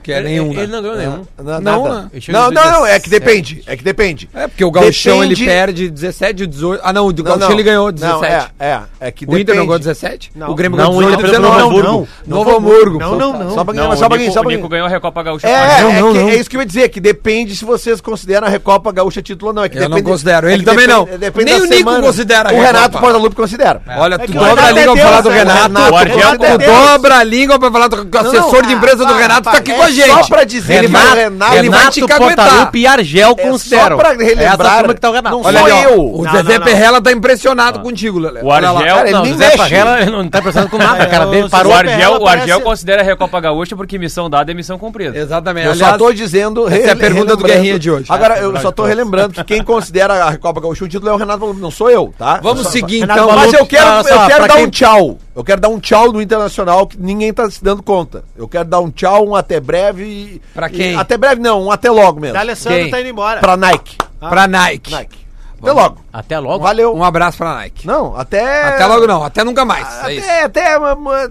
Speaker 2: Que é
Speaker 7: Ele-
Speaker 2: nenhum,
Speaker 7: Ele,
Speaker 2: né?
Speaker 7: não ganhou nenhum.
Speaker 3: Não,
Speaker 2: Não,
Speaker 3: nada.
Speaker 2: né?
Speaker 7: Ele chega
Speaker 3: não,
Speaker 7: nos
Speaker 3: não, não, é que
Speaker 7: 17.
Speaker 3: depende. É que depende.
Speaker 2: É, porque o Gauchão ele
Speaker 3: Depende-
Speaker 2: perde 17 ou 18. Ah, não, o do
Speaker 3: Não,
Speaker 2: Gauchão
Speaker 3: não.
Speaker 2: ele ganhou
Speaker 3: Não,
Speaker 2: 17.
Speaker 3: é, é, é que
Speaker 2: O Inter não ganhou
Speaker 3: depende.
Speaker 2: 17?
Speaker 6: Não.
Speaker 2: O Grêmio
Speaker 7: Não,
Speaker 2: ganhou
Speaker 7: o
Speaker 2: 18
Speaker 7: Inter
Speaker 2: e
Speaker 7: ganhou
Speaker 2: 19.
Speaker 7: Novo Hamburgo.
Speaker 2: Novo Hamburgo.
Speaker 6: Não, não, não.
Speaker 3: Só pra
Speaker 4: Não,
Speaker 3: ganhar, só
Speaker 4: o,
Speaker 3: pra ganhar,
Speaker 4: Nico,
Speaker 3: só um
Speaker 4: o
Speaker 3: pra
Speaker 4: Nico
Speaker 3: ganhar.
Speaker 4: ganhou a Recopa Gaúcha.
Speaker 3: É,
Speaker 4: Ah,
Speaker 3: é,
Speaker 2: não,
Speaker 3: é
Speaker 2: não,
Speaker 3: que-
Speaker 2: não.
Speaker 3: é isso que eu ia dizer, que depende se vocês consideram a Recopa Gaúcha título ou não. É que
Speaker 2: Eu não
Speaker 3: depende-
Speaker 2: considero,
Speaker 3: é
Speaker 2: ele
Speaker 3: que
Speaker 2: também
Speaker 3: depende-
Speaker 2: não.
Speaker 3: depende
Speaker 2: Nem
Speaker 3: da
Speaker 2: o Nico
Speaker 3: semana.
Speaker 2: considera a
Speaker 3: O Renato
Speaker 2: Recopa.
Speaker 3: Guadalupe considera.
Speaker 2: Olha,
Speaker 6: É
Speaker 2: tu
Speaker 6: que o
Speaker 2: dobra a
Speaker 6: Renato é
Speaker 2: língua pra
Speaker 6: Deus,
Speaker 2: falar do
Speaker 6: né?
Speaker 2: Renato.
Speaker 6: O
Speaker 2: Tu
Speaker 6: Renato é Deus.
Speaker 2: dobra a língua pra falar do
Speaker 3: não,
Speaker 2: assessor de empresa do
Speaker 3: para,
Speaker 2: Renato tá
Speaker 3: para,
Speaker 2: aqui
Speaker 3: é
Speaker 2: com a gente.
Speaker 3: só pra dizer, ele vai- Renato-
Speaker 2: ele vai
Speaker 7: Renato,
Speaker 2: te caguetar.
Speaker 7: Portaluppi e Argel
Speaker 3: É
Speaker 7: consideram.
Speaker 3: só pra
Speaker 7: Essa
Speaker 3: relembrar.
Speaker 7: turma que tá o Renato.
Speaker 3: Não
Speaker 2: Olha
Speaker 3: sou
Speaker 2: ali, ó,
Speaker 3: eu.
Speaker 2: O
Speaker 6: Não,
Speaker 2: Zezé
Speaker 6: não, não.
Speaker 2: Perrela tá impressionado contigo, Lelé.
Speaker 4: O
Speaker 2: Olha lá.
Speaker 4: Argel,
Speaker 3: Cara, ele
Speaker 7: Não,
Speaker 3: nem
Speaker 7: o Zé
Speaker 3: mexe.
Speaker 7: Parrela ele não tá impressionado com nada,
Speaker 6: É,
Speaker 7: cara.
Speaker 6: o
Speaker 7: Ele
Speaker 6: Zé
Speaker 7: parou.
Speaker 4: o
Speaker 6: Parece-
Speaker 4: Argel, o Argel
Speaker 6: parece-
Speaker 4: considera a Recopa Gaúcha porque missão dada é missão cumprida.
Speaker 2: Exatamente.
Speaker 3: Eu só
Speaker 2: Aliás,
Speaker 3: tô dizendo.
Speaker 2: essa é a
Speaker 3: rele-
Speaker 2: pergunta do
Speaker 3: relembrando-
Speaker 2: Guerrinha de hoje. é
Speaker 3: Agora, eu só tô relembrando que quem considera a Recopa Gaúcha o título é o Renato Guadalupe, não sou eu, tá?
Speaker 2: Vamos
Speaker 3: Eu só-
Speaker 2: seguir,
Speaker 3: Renato
Speaker 2: então.
Speaker 3: Mas eu
Speaker 7: Guadalupe,
Speaker 3: quero,
Speaker 7: tá,
Speaker 3: eu
Speaker 7: só,
Speaker 3: quero
Speaker 7: pra
Speaker 3: dar
Speaker 7: quem-
Speaker 3: um tchau. Eu quero dar um tchau no Internacional que ninguém tá se dando conta. Eu quero dar um tchau, um até breve. e-
Speaker 2: Pra quem?
Speaker 3: e- até breve não, um até logo mesmo.
Speaker 6: D'Alessandro
Speaker 2: Quem?
Speaker 6: tá indo embora.
Speaker 3: Pra Nike.
Speaker 2: pra Nike.
Speaker 3: Nike. Até logo.
Speaker 7: Até logo.
Speaker 3: Valeu.
Speaker 2: Um abraço pra Nike.
Speaker 3: Não, até.
Speaker 2: Até logo não, até nunca mais. é isso.
Speaker 3: Até, até, uma- uma-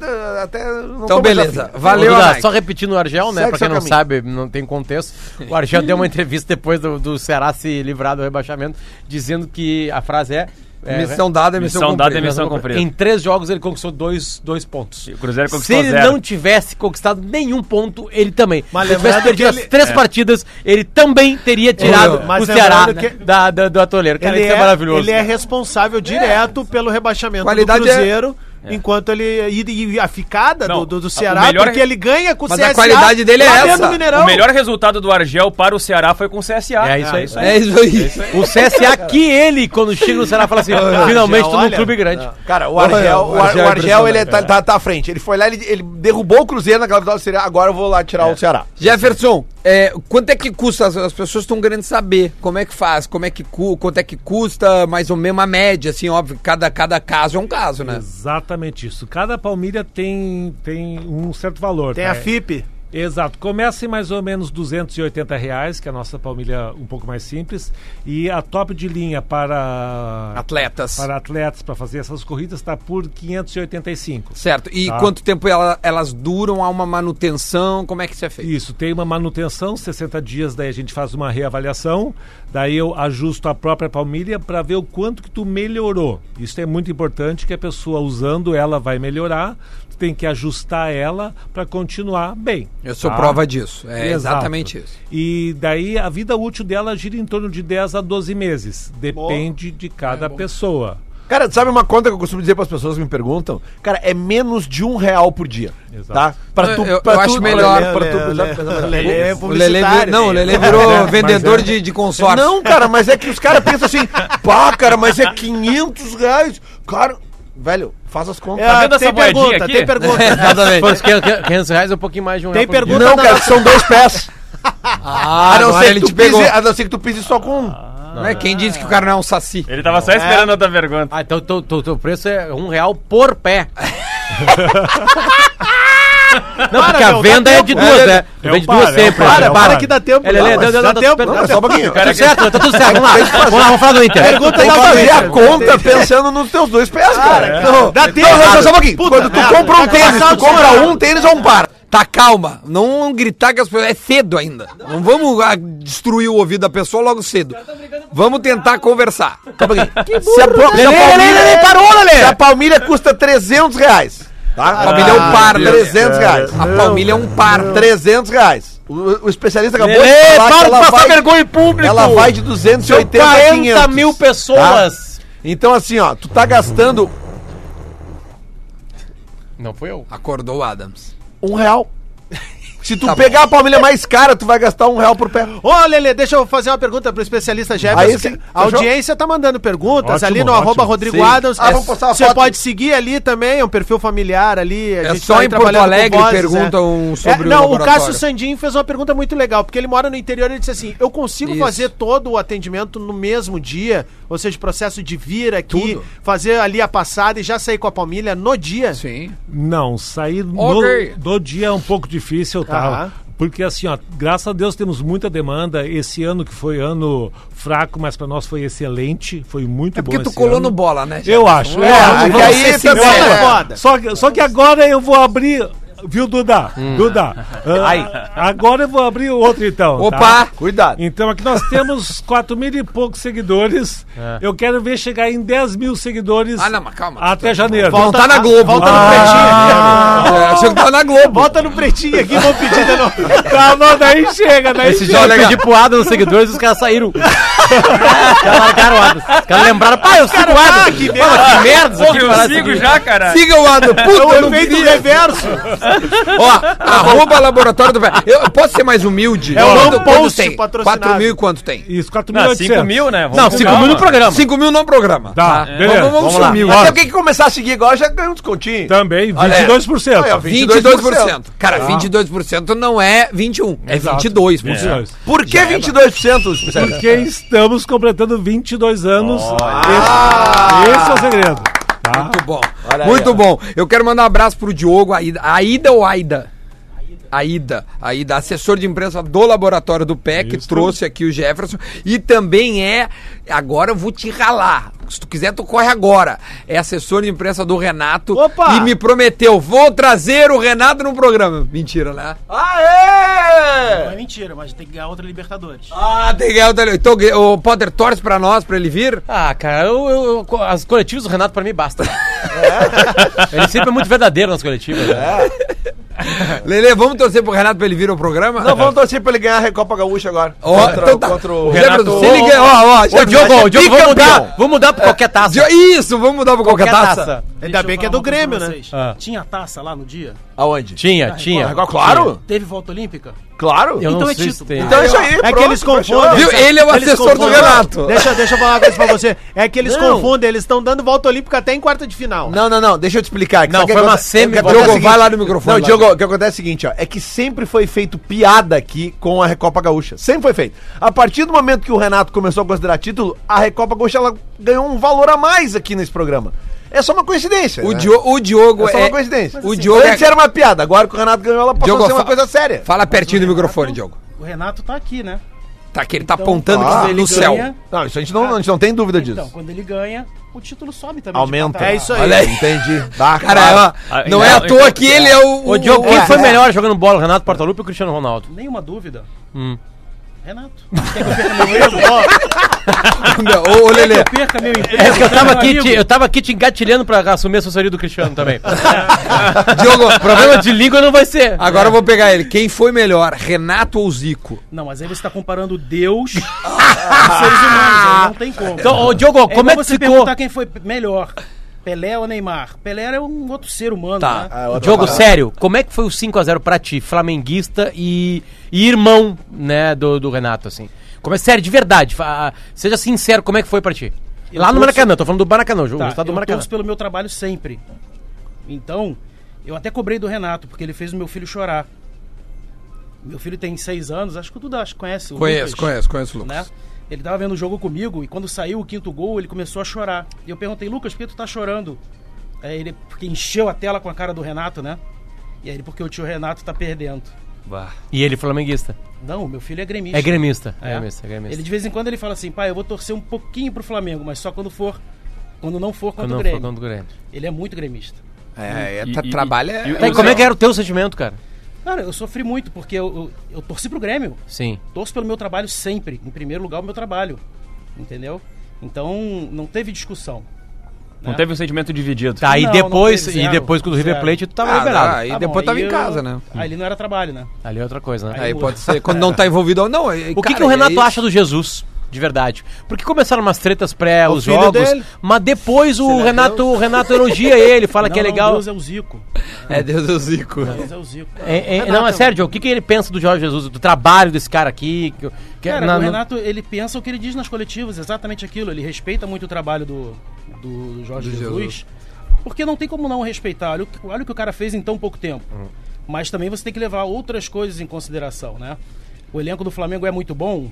Speaker 3: até, não
Speaker 2: Então
Speaker 3: tô mais
Speaker 2: beleza.
Speaker 3: afim.
Speaker 2: Valeu,
Speaker 7: Ô, Duda,
Speaker 2: Nike.
Speaker 7: Só repetindo o Argel, né?
Speaker 3: Segue
Speaker 7: pra
Speaker 3: seu
Speaker 7: quem não
Speaker 3: caminho.
Speaker 7: sabe, não tem contexto. O Argel deu uma entrevista depois do, do Ceará se livrar do rebaixamento, dizendo que a frase é. é, né?
Speaker 2: Missão dada é missão,
Speaker 4: Missão dada é
Speaker 2: cumprida.
Speaker 4: missão cumprida.
Speaker 7: Em três jogos ele conquistou dois, dois pontos.
Speaker 4: O Cruzeiro
Speaker 7: Se
Speaker 4: conquistou
Speaker 7: ele
Speaker 4: zero.
Speaker 7: não tivesse conquistado nenhum ponto, ele também.
Speaker 6: Mas
Speaker 7: Se ele tivesse
Speaker 6: lembrando
Speaker 7: perdido
Speaker 6: que
Speaker 7: as
Speaker 6: ele- É.
Speaker 7: três partidas, ele também teria tirado
Speaker 6: Mas
Speaker 7: o
Speaker 6: lembrando
Speaker 7: Ceará
Speaker 6: que-
Speaker 7: da, da- do atoleiro. Cara,
Speaker 6: ele
Speaker 7: isso
Speaker 6: é,
Speaker 7: é, maravilhoso.
Speaker 6: Ele é responsável direto pelo rebaixamento
Speaker 2: É. Qualidade é-
Speaker 6: do Cruzeiro. Enquanto ele. E, e a ficada
Speaker 4: Não,
Speaker 6: do, do, do
Speaker 4: o
Speaker 6: Ceará,
Speaker 4: melhor-
Speaker 6: porque ele ganha com o
Speaker 2: Mas a qualidade dele é
Speaker 6: lá dentro
Speaker 2: essa.
Speaker 6: do Mineirão.
Speaker 4: O melhor resultado do Argel para o Ceará foi com o CSA.
Speaker 7: É isso aí.
Speaker 2: É isso aí.
Speaker 7: O CSA que ele, quando chega no Ceará, fala assim: finalmente tô num
Speaker 6: olha, É.
Speaker 7: clube grande.
Speaker 3: Cara, o Argel, o Ar-
Speaker 2: Argel é
Speaker 3: o Argel, ele tá, tá, tá à frente. Ele foi lá, ele, ele derrubou o Cruzeiro naquela vitória do Ceará, agora eu vou lá tirar
Speaker 2: É.
Speaker 3: o Ceará.
Speaker 2: Jefferson, é, quanto é que custa? As, as pessoas estão querendo saber como é que faz, como é que cu, quanto é que custa, mais ou menos a média, assim, óbvio, cada, cada caso é um caso, né?
Speaker 5: Exatamente isso. Cada palmilha tem, tem um certo valor.
Speaker 6: Tem
Speaker 5: tá?
Speaker 6: a FIP.
Speaker 5: Exato. Começa em mais ou menos 280 reais, que é a nossa palmilha um pouco mais simples. E a top de linha para,
Speaker 2: Atletas.
Speaker 5: para atletas para fazer essas corridas está por 585.
Speaker 2: Certo. E
Speaker 5: Tá.
Speaker 2: quanto tempo ela- elas duram? Há uma manutenção? Como é que isso é feito?
Speaker 5: Isso, tem uma manutenção, 60 dias, daí a gente faz uma reavaliação, daí eu ajusto a própria palmilha para ver o quanto que tu melhorou. Isso é muito importante que a pessoa usando ela vai melhorar. tem que ajustar ela para continuar bem.
Speaker 2: Eu sou
Speaker 5: tá?
Speaker 2: prova disso. É
Speaker 5: Exato.
Speaker 2: exatamente isso.
Speaker 5: E daí a vida útil dela gira em torno de 10 a 12 meses. Depende de cada pessoa.
Speaker 3: Cara, sabe uma conta que eu costumo dizer para as pessoas que me perguntam? Cara, é menos de um real por dia.
Speaker 5: Exato.
Speaker 3: Tá? Pra
Speaker 2: Eu- eu acho melhor.
Speaker 3: pra
Speaker 6: Lelê
Speaker 3: tu-
Speaker 6: é
Speaker 2: O Lelê, vir-
Speaker 6: publicitário.
Speaker 2: não, o Lelê virou vendedor de, de consórcio.
Speaker 3: Não, cara, mas é que os caras pensam assim, pá, cara, mas é 500 reais. Cara, velho, faz as contas.
Speaker 6: É,
Speaker 4: Tá vendo
Speaker 6: tem
Speaker 4: essa moedinha
Speaker 6: pergunta,
Speaker 4: aqui?
Speaker 6: tem
Speaker 7: É,
Speaker 6: pergunta.
Speaker 7: Se
Speaker 2: Exatamente.
Speaker 7: fosse 500 500 reais, é um pouquinho mais de um
Speaker 6: Tem
Speaker 7: real por dia.
Speaker 6: pergunta
Speaker 3: não,
Speaker 6: da
Speaker 3: cara, são dois pés.
Speaker 2: Ah, não
Speaker 3: ser
Speaker 2: sei, ele
Speaker 3: que
Speaker 2: te
Speaker 3: tu pise-
Speaker 2: pegou.
Speaker 3: a não ser que tu pise só com um.
Speaker 2: Não é? Quem disse que o cara não é um saci?
Speaker 4: Ele tava só esperando outra pergunta.
Speaker 7: Ah, então teu, teu, teu preço é um real por pé. Não, porque a
Speaker 6: meu,
Speaker 7: venda é de duas, né? Tu vende duas sempre.
Speaker 6: Para,
Speaker 7: né?
Speaker 6: para que dá tempo.
Speaker 7: É, Lelê,
Speaker 6: Não,
Speaker 7: deu,
Speaker 6: mas
Speaker 7: deu,
Speaker 6: dá
Speaker 7: deu,
Speaker 6: tempo.
Speaker 7: deu,
Speaker 3: Não, só um pouquinho.
Speaker 7: Tá tudo certo, tá tudo certo. Vamos lá, vamos lá, vamos falar do Inter.
Speaker 6: Pergunta
Speaker 3: Tem que
Speaker 6: da
Speaker 3: fazer
Speaker 6: audiência.
Speaker 3: a conta pensando nos teus dois
Speaker 2: Ah,
Speaker 3: pés, cara.
Speaker 2: é.
Speaker 3: Não,
Speaker 6: Dá tempo.
Speaker 3: não, só um pouquinho.
Speaker 6: Puta
Speaker 3: Quando tu
Speaker 6: merda.
Speaker 3: compra um tênis, tu compra um tênis ou um par.
Speaker 2: Tá calma, não gritar que as pessoas. É cedo ainda. Não vamos ah, destruir o ouvido da pessoa logo cedo. Vamos tentar conversar.
Speaker 3: Se a, pro- se a é palmilha, é Se a palmilha custa 300 reais. Tá? A
Speaker 2: palmilha é um par, né?
Speaker 3: 300 reais.
Speaker 2: A palmilha é um par.
Speaker 3: 300 reais. O, o especialista acabou
Speaker 7: Lelê,
Speaker 3: de falar
Speaker 7: para
Speaker 3: que
Speaker 7: de
Speaker 3: ela
Speaker 7: passar
Speaker 3: vai,
Speaker 7: vergonha em público.
Speaker 3: Ela vai de 280 a
Speaker 7: 40
Speaker 3: 500.
Speaker 7: mil pessoas.
Speaker 3: Então assim, ó, tu tá gastando
Speaker 7: Não foi eu.
Speaker 2: Acordou o Adams.
Speaker 3: um real. Se tu pegar a palmilha mais cara, tu vai gastar um real por pé.
Speaker 6: Ô, Lelê, deixa eu fazer uma pergunta pro especialista
Speaker 3: Aí
Speaker 6: Jefferson.
Speaker 3: sim,
Speaker 6: que a audiência tá mandando perguntas
Speaker 5: Ótimo,
Speaker 6: ali no
Speaker 5: ótimo.
Speaker 6: arroba Rodrigo
Speaker 3: Sim.
Speaker 6: Adams.
Speaker 3: Ah, vamos postar a
Speaker 6: Você
Speaker 3: foto.
Speaker 6: pode seguir ali também, é um perfil familiar ali. A
Speaker 2: É só
Speaker 6: tá
Speaker 2: em Porto
Speaker 6: trabalhando com
Speaker 2: Alegre perguntam
Speaker 6: é.
Speaker 2: sobre
Speaker 6: É,
Speaker 2: o
Speaker 6: Não, o,
Speaker 2: laboratório.
Speaker 6: Cássio Sandin fez uma pergunta muito legal, porque ele mora no interior e ele disse assim, eu consigo
Speaker 2: Isso.
Speaker 6: fazer todo o atendimento no mesmo dia? Ou seja, processo de vir aqui,
Speaker 2: Tudo.
Speaker 6: fazer ali a passada e já sair com a palmilha no dia?
Speaker 2: Sim.
Speaker 5: Não, sair no,
Speaker 2: Ok.
Speaker 5: no dia é um pouco difícil, tá?
Speaker 6: Aham.
Speaker 5: Porque assim, ó, graças a Deus temos muita demanda. Esse ano que foi ano fraco, mas para nós foi excelente, foi muito
Speaker 2: É
Speaker 5: bom.
Speaker 2: porque tu
Speaker 5: esse
Speaker 2: colou
Speaker 5: ano.
Speaker 2: no bola, né?
Speaker 5: Eu acho. eu acho,
Speaker 3: é que
Speaker 5: vamos
Speaker 3: aí
Speaker 5: ser
Speaker 3: tá
Speaker 5: sinceros.
Speaker 3: bom,
Speaker 6: é foda.
Speaker 5: Só que, só que agora eu vou abrir. Viu, Duda? Duda. ah, agora eu vou abrir o outro então. tá?
Speaker 2: Opa!
Speaker 3: Cuidado.
Speaker 5: Então aqui nós temos 4 mil e poucos seguidores. Eu quero ver chegar em 10 mil seguidores
Speaker 2: É. Ah, não, mas calma.
Speaker 5: até janeiro.
Speaker 2: Não tá na Globo.
Speaker 6: Volta
Speaker 2: Ah,
Speaker 6: no pretinho.
Speaker 2: é, achei que tava na Globo.
Speaker 6: Volta no pretinho aqui, vou pedir de novo.
Speaker 5: Tá, mas daí chega, daí
Speaker 7: Esse
Speaker 5: chega.
Speaker 7: dia eu pedi pro Adam nos seguidores os caras saíram. Os caras largaram o Adams. Os caras lembraram, pai, eu sigo o Adams. Que merda, que merda. isso
Speaker 4: Pô,
Speaker 7: aqui
Speaker 4: eu
Speaker 7: parece
Speaker 4: sigo
Speaker 7: que-
Speaker 4: já, cara.
Speaker 2: Siga o Adam. Puta, eu não
Speaker 6: Feito É o
Speaker 2: queria.
Speaker 6: reverso.
Speaker 2: Ó, arroba laboratório do pé. Eu eu posso ser mais humilde?
Speaker 6: É o
Speaker 2: Quanto-
Speaker 6: não
Speaker 2: quanto
Speaker 6: post
Speaker 2: tem?
Speaker 6: patrocinado.
Speaker 2: 4 mil e quanto tem?
Speaker 5: Isso, 4 mil
Speaker 4: Não, 5 mil, né? Vamos
Speaker 7: Não,
Speaker 4: com
Speaker 7: 5
Speaker 4: calma.
Speaker 7: mil no programa.
Speaker 2: 5 mil no programa.
Speaker 5: Tá, beleza.
Speaker 2: Vamos, vamos,
Speaker 5: Vamos lá.
Speaker 2: mil.
Speaker 3: Até porque começar a seguir agora já ganha um descontinho.
Speaker 5: Também,
Speaker 2: é.
Speaker 3: Olha,
Speaker 5: 22%.
Speaker 3: Aí, ó,
Speaker 6: É.
Speaker 2: 22%. Cara,
Speaker 6: Tá.
Speaker 2: 22% não é 21, é
Speaker 5: Exato.
Speaker 2: 22%.
Speaker 6: É.
Speaker 3: Por que 22%? especialista?
Speaker 5: Porque estamos completando 22 anos. Esse, esse é o segredo. Tá?
Speaker 2: Muito bom. Muito bom. Eu quero mandar um abraço pro Diogo, Aida. Aida ou Aida? Aida, Aida, assessor de imprensa do laboratório do PEC, que trouxe aqui o Jefferson. E também é. Agora eu vou te ralar. Se tu quiser, tu corre agora. É assessor de imprensa do Renato.
Speaker 6: Opa!
Speaker 2: E me prometeu: vou trazer o Renato no programa. Mentira, né?
Speaker 3: Ah! Aê!
Speaker 11: É mentira, mas tem que ganhar outra Libertadores.
Speaker 2: Ah, tem que ganhar o tele- Então, o Potter torce pra nós, pra ele vir?
Speaker 7: Ah, cara, eu, eu- eu- as coletivas do Renato pra mim basta. Ele sempre é muito verdadeiro nas coletivas.
Speaker 4: É.
Speaker 7: né?
Speaker 2: Lele, vamos torcer pro Renato pra ele vir ao programa?
Speaker 3: Não, vamos torcer pra ele ganhar a Recopa Gaúcha agora.
Speaker 2: Ó, então tá.
Speaker 3: contra
Speaker 2: O
Speaker 3: o
Speaker 2: Renato-
Speaker 3: Renato.
Speaker 2: se ele ganhar, ó, ó,
Speaker 7: Ô,
Speaker 2: Jefferson,
Speaker 7: Diogo,
Speaker 2: vai
Speaker 7: ô,
Speaker 2: ser
Speaker 7: Diogo, vamos mudar.
Speaker 2: bicampeão.
Speaker 7: Vamos mudar pra qualquer taça.
Speaker 2: Dio- Isso, vamos mudar pra qualquer,
Speaker 7: Qualquer
Speaker 2: taça.
Speaker 7: taça.
Speaker 6: Ainda bem que é do Grêmio, né?
Speaker 7: Ah.
Speaker 11: Tinha taça lá no dia?
Speaker 3: Aonde?
Speaker 7: Tinha, tinha.
Speaker 2: Ah,
Speaker 3: Agora, claro,
Speaker 11: Teve volta olímpica?
Speaker 3: claro.
Speaker 7: Eu não
Speaker 11: Então é
Speaker 7: sei se
Speaker 11: título.
Speaker 7: tem.
Speaker 3: Então é isso aí,
Speaker 6: É que eles confundem.
Speaker 2: Viu? Ele é o assessor do
Speaker 6: confundem.
Speaker 2: Renato.
Speaker 6: Deixa, deixa eu falar uma coisa pra você. É que eles confundem, eles estão dando volta olímpica até em quarta de final.
Speaker 3: Não, não, não, deixa eu te explicar.
Speaker 7: Não,
Speaker 3: sabe o
Speaker 7: foi
Speaker 3: que
Speaker 7: uma
Speaker 3: aconte-
Speaker 7: semi-
Speaker 3: o que
Speaker 2: Diogo,
Speaker 3: acontece é o seguinte-
Speaker 2: vai lá no microfone,
Speaker 3: Não,
Speaker 2: lá,
Speaker 3: Diogo, o que acontece é o seguinte, ó. É que sempre foi feito piada aqui com a Recopa Gaúcha. Sempre foi feito. A partir do momento que o Renato começou a considerar título, a Recopa Gaúcha ela ganhou um valor a mais aqui nesse programa. É só uma coincidência.
Speaker 2: O,
Speaker 3: né?
Speaker 2: Dio- o Diogo
Speaker 3: É
Speaker 2: é.
Speaker 3: só uma coincidência.
Speaker 6: assim,
Speaker 2: O Diogo
Speaker 3: Antes
Speaker 2: é-
Speaker 3: era um uma piada, agora que o Renato ganhou, ela passou
Speaker 2: Diogo,
Speaker 3: a ser uma
Speaker 2: fa-
Speaker 3: coisa séria.
Speaker 2: Fala pertinho do
Speaker 11: Renato-
Speaker 3: um
Speaker 2: microfone, Diogo.
Speaker 11: O Renato tá aqui, né?
Speaker 2: Tá que ele tá
Speaker 11: Então,
Speaker 2: apontando
Speaker 3: ah,
Speaker 2: que no céu.
Speaker 11: ganha-
Speaker 3: Não, isso a gente não, a gente não tem dúvida disso.
Speaker 11: Então, quando ele ganha, o título sobe também.
Speaker 3: Aumenta.
Speaker 6: É isso aí.
Speaker 2: Olha aí.
Speaker 3: Entendi. Dá,
Speaker 2: Cara,
Speaker 4: Ah,
Speaker 2: ó, não é à
Speaker 4: não,
Speaker 2: toa
Speaker 4: então-
Speaker 2: que ele é o.
Speaker 7: Ô, Diogo, quem
Speaker 2: o-
Speaker 7: foi melhor jogando bola, Renato Portaluppi ou Cristiano Ronaldo?
Speaker 11: Hum. Nenhuma dúvida. Renato. Quer que eu perca meu emprego?
Speaker 2: Ô, ô Lelê,
Speaker 11: Quer que eu perca meu emprego?
Speaker 7: É que eu tava aqui,
Speaker 11: Meu
Speaker 7: te,
Speaker 11: amigo,
Speaker 7: eu tava aqui te engatilhando pra assumir a assessoria do Cristiano também.
Speaker 2: Diogo,
Speaker 7: Problema de língua não vai ser.
Speaker 2: agora eu vou pegar ele. Quem foi melhor, Renato ou Zico?
Speaker 11: Não, mas aí você tá comparando Deus com seres humanos. aí não tem como.
Speaker 7: Então, ô, Diogo,
Speaker 11: igual
Speaker 7: como é que
Speaker 11: você
Speaker 7: ficou?
Speaker 11: perguntar quem foi melhor, Pelé ou Neymar? Pelé era um outro ser humano,
Speaker 7: Tá.
Speaker 11: né?
Speaker 7: Diogo, sério, como é que foi o 5x0 pra ti, flamenguista e, e irmão, né, do, do Renato, assim? Como é, sério, de verdade, fa- ah, seja sincero, como é que foi pra ti? Lá no
Speaker 11: torço-
Speaker 7: Maracanã, tô falando do Maracanã, o jogo,
Speaker 11: Tá,
Speaker 7: o estado do
Speaker 11: eu
Speaker 7: Maracanã.
Speaker 11: torço pelo meu trabalho sempre. Então, eu até cobrei do Renato, porque ele fez o meu filho chorar. Meu filho tem seis anos, acho que o Duda acho que conhece o
Speaker 2: Conheço, conheço, conheço o
Speaker 11: né?
Speaker 2: Lucas.
Speaker 11: Ele tava vendo o jogo comigo e quando saiu o quinto gol, ele começou a chorar. E eu perguntei, Lucas, por que tu tá chorando? Aí ele, porque encheu a tela com a cara do Renato, né? E aí ele, porque o tio Renato tá perdendo.
Speaker 7: E ele é flamenguista.
Speaker 11: Não, meu filho é gremista.
Speaker 7: É gremista, é
Speaker 11: É.
Speaker 7: gremista, é gremista.
Speaker 11: Ele de vez em quando ele fala assim, pai, eu vou torcer um pouquinho pro Flamengo, mas só quando for, quando não for
Speaker 7: Quando
Speaker 11: contra
Speaker 7: não
Speaker 11: o
Speaker 7: for
Speaker 11: Grêmio.
Speaker 7: contra o Grêmio.
Speaker 11: Ele é muito gremista.
Speaker 2: É, é
Speaker 4: E-
Speaker 2: tá-
Speaker 4: e-
Speaker 2: trabalho
Speaker 4: e-
Speaker 2: é.
Speaker 4: e-
Speaker 7: Tá, e como é que era o teu sentimento, cara?
Speaker 11: Cara, eu sofri muito porque eu, eu, eu torci pro Grêmio.
Speaker 7: Sim.
Speaker 11: Torço pelo meu trabalho sempre. Em primeiro lugar, o meu trabalho. Entendeu? Então, não teve discussão.
Speaker 4: Não teve um sentimento dividido.
Speaker 7: Tá, e
Speaker 11: Não, não
Speaker 7: depois,
Speaker 11: teve,
Speaker 7: e
Speaker 11: zero,
Speaker 7: depois quando o River
Speaker 11: zero.
Speaker 7: Plate, tu tava
Speaker 2: Ah,
Speaker 7: liberado.
Speaker 2: aí
Speaker 11: Tá bom,
Speaker 2: depois tava em
Speaker 11: eu-
Speaker 2: casa, né?
Speaker 11: Aí ele não era trabalho, né?
Speaker 7: Ali é outra coisa, né?
Speaker 2: Aí é
Speaker 11: muda.
Speaker 2: pode ser, quando não tá envolvido ou não.
Speaker 7: O que, que o Renato acha do Jesus? De verdade. Porque começaram umas tretas pré os
Speaker 6: filho
Speaker 7: jogos,
Speaker 6: dele.
Speaker 7: mas depois o
Speaker 6: é
Speaker 7: Renato, o Renato elogia ele, fala que é
Speaker 11: Não, não,
Speaker 7: legal.
Speaker 11: Deus é o Zico.
Speaker 2: É Deus do Zico.
Speaker 11: Deus é o Zico.
Speaker 7: É, é, não, é sério, Diogo, o que, que ele pensa do Jorge Jesus, do trabalho desse cara aqui? Que, que- é-
Speaker 11: Cara,
Speaker 7: na-
Speaker 11: o
Speaker 7: no-
Speaker 11: Renato, ele pensa o que ele diz nas coletivas, exatamente aquilo. Ele respeita muito o trabalho do, do Jorge
Speaker 2: Do
Speaker 11: Jesus,
Speaker 2: Jesus.
Speaker 11: Porque não tem como não respeitar. Olha, o que- olha o que o cara fez em tão pouco tempo.
Speaker 4: Uhum.
Speaker 11: Mas também você tem que levar outras coisas em consideração, né? O elenco do Flamengo é muito bom.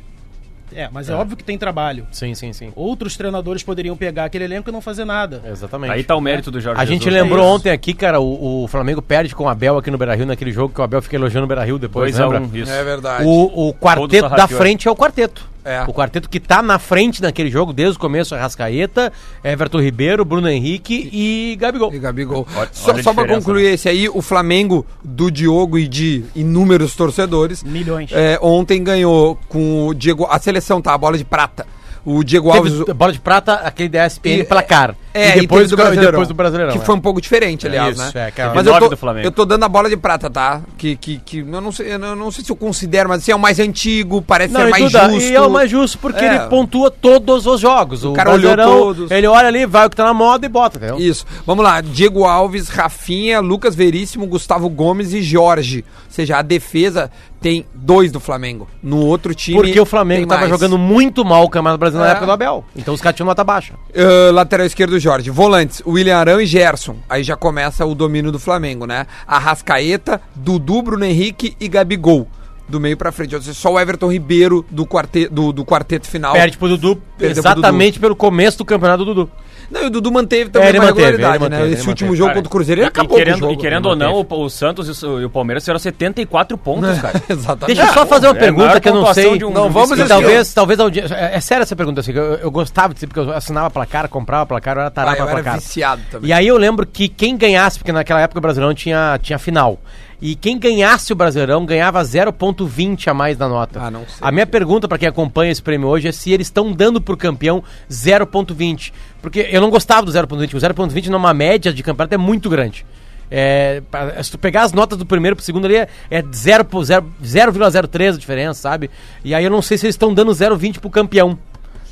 Speaker 11: É, mas é, óbvio que tem trabalho.
Speaker 7: Sim, sim, sim.
Speaker 11: Outros treinadores poderiam pegar aquele elenco e não fazer nada.
Speaker 7: Exatamente.
Speaker 4: Aí tá o mérito do Jorge
Speaker 7: A gente
Speaker 4: Jesus.
Speaker 7: lembrou
Speaker 4: É isso.
Speaker 7: ontem aqui, cara, o, o Flamengo perde com o Abel aqui no Beira-Rio, naquele jogo que o Abel fica elogiando o Beira-Rio depois,
Speaker 4: 2 a 1
Speaker 7: lembra?
Speaker 4: isso.
Speaker 2: É verdade.
Speaker 7: O, o quarteto da
Speaker 4: Sarrafiore.
Speaker 7: frente é o quarteto.
Speaker 2: É.
Speaker 7: O quarteto que tá na frente naquele jogo desde o começo é Rascaeta, Everton Ribeiro, Bruno Henrique e Gabigol.
Speaker 2: E Gabigol.
Speaker 4: Olha-
Speaker 2: Só,
Speaker 4: olha a
Speaker 2: só pra
Speaker 4: diferença,
Speaker 2: concluir
Speaker 7: né?
Speaker 2: esse aí, o Flamengo do Diogo e de inúmeros torcedores.
Speaker 11: Milhões.
Speaker 2: é, ontem ganhou com o Diego. A seleção tá, a bola de prata. O Diego Alves.
Speaker 7: Teve bola de prata, aquele da ESPN
Speaker 2: E-
Speaker 7: placar.
Speaker 2: É,
Speaker 7: e depois do, Brasileirão.
Speaker 2: Brasileirão,
Speaker 7: depois do Brasileirão.
Speaker 2: Que
Speaker 7: é.
Speaker 2: foi um pouco diferente, aliás,
Speaker 7: isso,
Speaker 2: né?
Speaker 7: é, cara.
Speaker 2: Mas
Speaker 4: Nove
Speaker 2: eu tô,
Speaker 4: do Flamengo.
Speaker 2: eu tô dando a bola de prata, tá? Que, que, que eu, não sei, eu não sei se eu considero, mas assim, é o mais antigo, parece
Speaker 7: Não,
Speaker 2: ser
Speaker 7: e,
Speaker 2: mais
Speaker 7: Duda,
Speaker 2: justo.
Speaker 7: e é o mais justo porque
Speaker 2: É.
Speaker 7: ele pontua todos os jogos. O,
Speaker 2: cara olhou
Speaker 7: Brasileirão,
Speaker 2: todos.
Speaker 7: ele olha ali, vai o que tá na moda e bota, entendeu?
Speaker 2: Isso. Vamos lá. Diego Alves, Rafinha, Lucas Veríssimo, Gustavo Gomes e Jorge. Ou seja, a defesa tem dois do Flamengo. No outro time.
Speaker 7: Porque o Flamengo
Speaker 2: tem
Speaker 7: tava
Speaker 2: mais.
Speaker 7: jogando muito mal o Campeonato Brasileiro
Speaker 2: É.
Speaker 7: na época do Abel. Então os caras tinham nota baixa.
Speaker 2: Ah, lateral esquerdo, Jorge. Volantes, William Arão e Gerson. Aí já começa o domínio do Flamengo, né? Arrascaeta, Dudu, Bruno Henrique e Gabigol. Do meio pra frente. Ou seja, só o Everton Ribeiro do, quarte- do, do quarteto final.
Speaker 7: Perde pro Dudu
Speaker 2: Perdeu pro
Speaker 7: exatamente pelo começo do campeonato do Dudu.
Speaker 2: Não, e o Dudu manteve também
Speaker 7: É, ele
Speaker 2: uma
Speaker 7: manteve,
Speaker 2: regularidade,
Speaker 7: ele
Speaker 2: né?
Speaker 7: manteve,
Speaker 2: Esse
Speaker 7: ele
Speaker 2: último
Speaker 7: manteve.
Speaker 2: jogo
Speaker 4: Cara,
Speaker 2: contra o Cruzeiro, ele
Speaker 4: e,
Speaker 2: acabou
Speaker 4: é e querendo,
Speaker 2: com o jogo. né?
Speaker 4: e querendo ou não, o, o Santos e o, e o Palmeiras fizeram 74 pontos,
Speaker 2: É.
Speaker 4: cara.
Speaker 2: Exatamente.
Speaker 7: Deixa eu só fazer uma
Speaker 4: é a
Speaker 7: pergunta
Speaker 4: maior
Speaker 7: que eu não
Speaker 4: pontuação
Speaker 7: sei.
Speaker 4: de um-
Speaker 7: não,
Speaker 4: de um
Speaker 7: vamos
Speaker 4: vice-campeão.
Speaker 7: talvez, talvez a audiência. É, é sério essa pergunta, assim, que eu, eu gostava de ser, porque eu assinava placar, comprava placar, eu era tarado
Speaker 2: Ah, eu
Speaker 7: pra
Speaker 2: era
Speaker 7: placar.
Speaker 2: viciado também.
Speaker 7: E aí eu lembro que quem ganhasse, porque naquela época o Brasileirão tinha, tinha final. E quem ganhasse o Brasileirão ganhava 0,20 a mais na nota.
Speaker 2: Ah, não sei.
Speaker 7: A minha pergunta pra quem acompanha esse prêmio hoje é se eles estão dando pro campeão 0,20. Porque eu não gostava do 0,20. O 0,20 numa média de campeonato é muito grande. É, pra- se tu pegar as notas do primeiro pro segundo ali, é é 0 por 0 0,03 a diferença, sabe? E aí eu não sei se eles estão dando 0,20 pro campeão.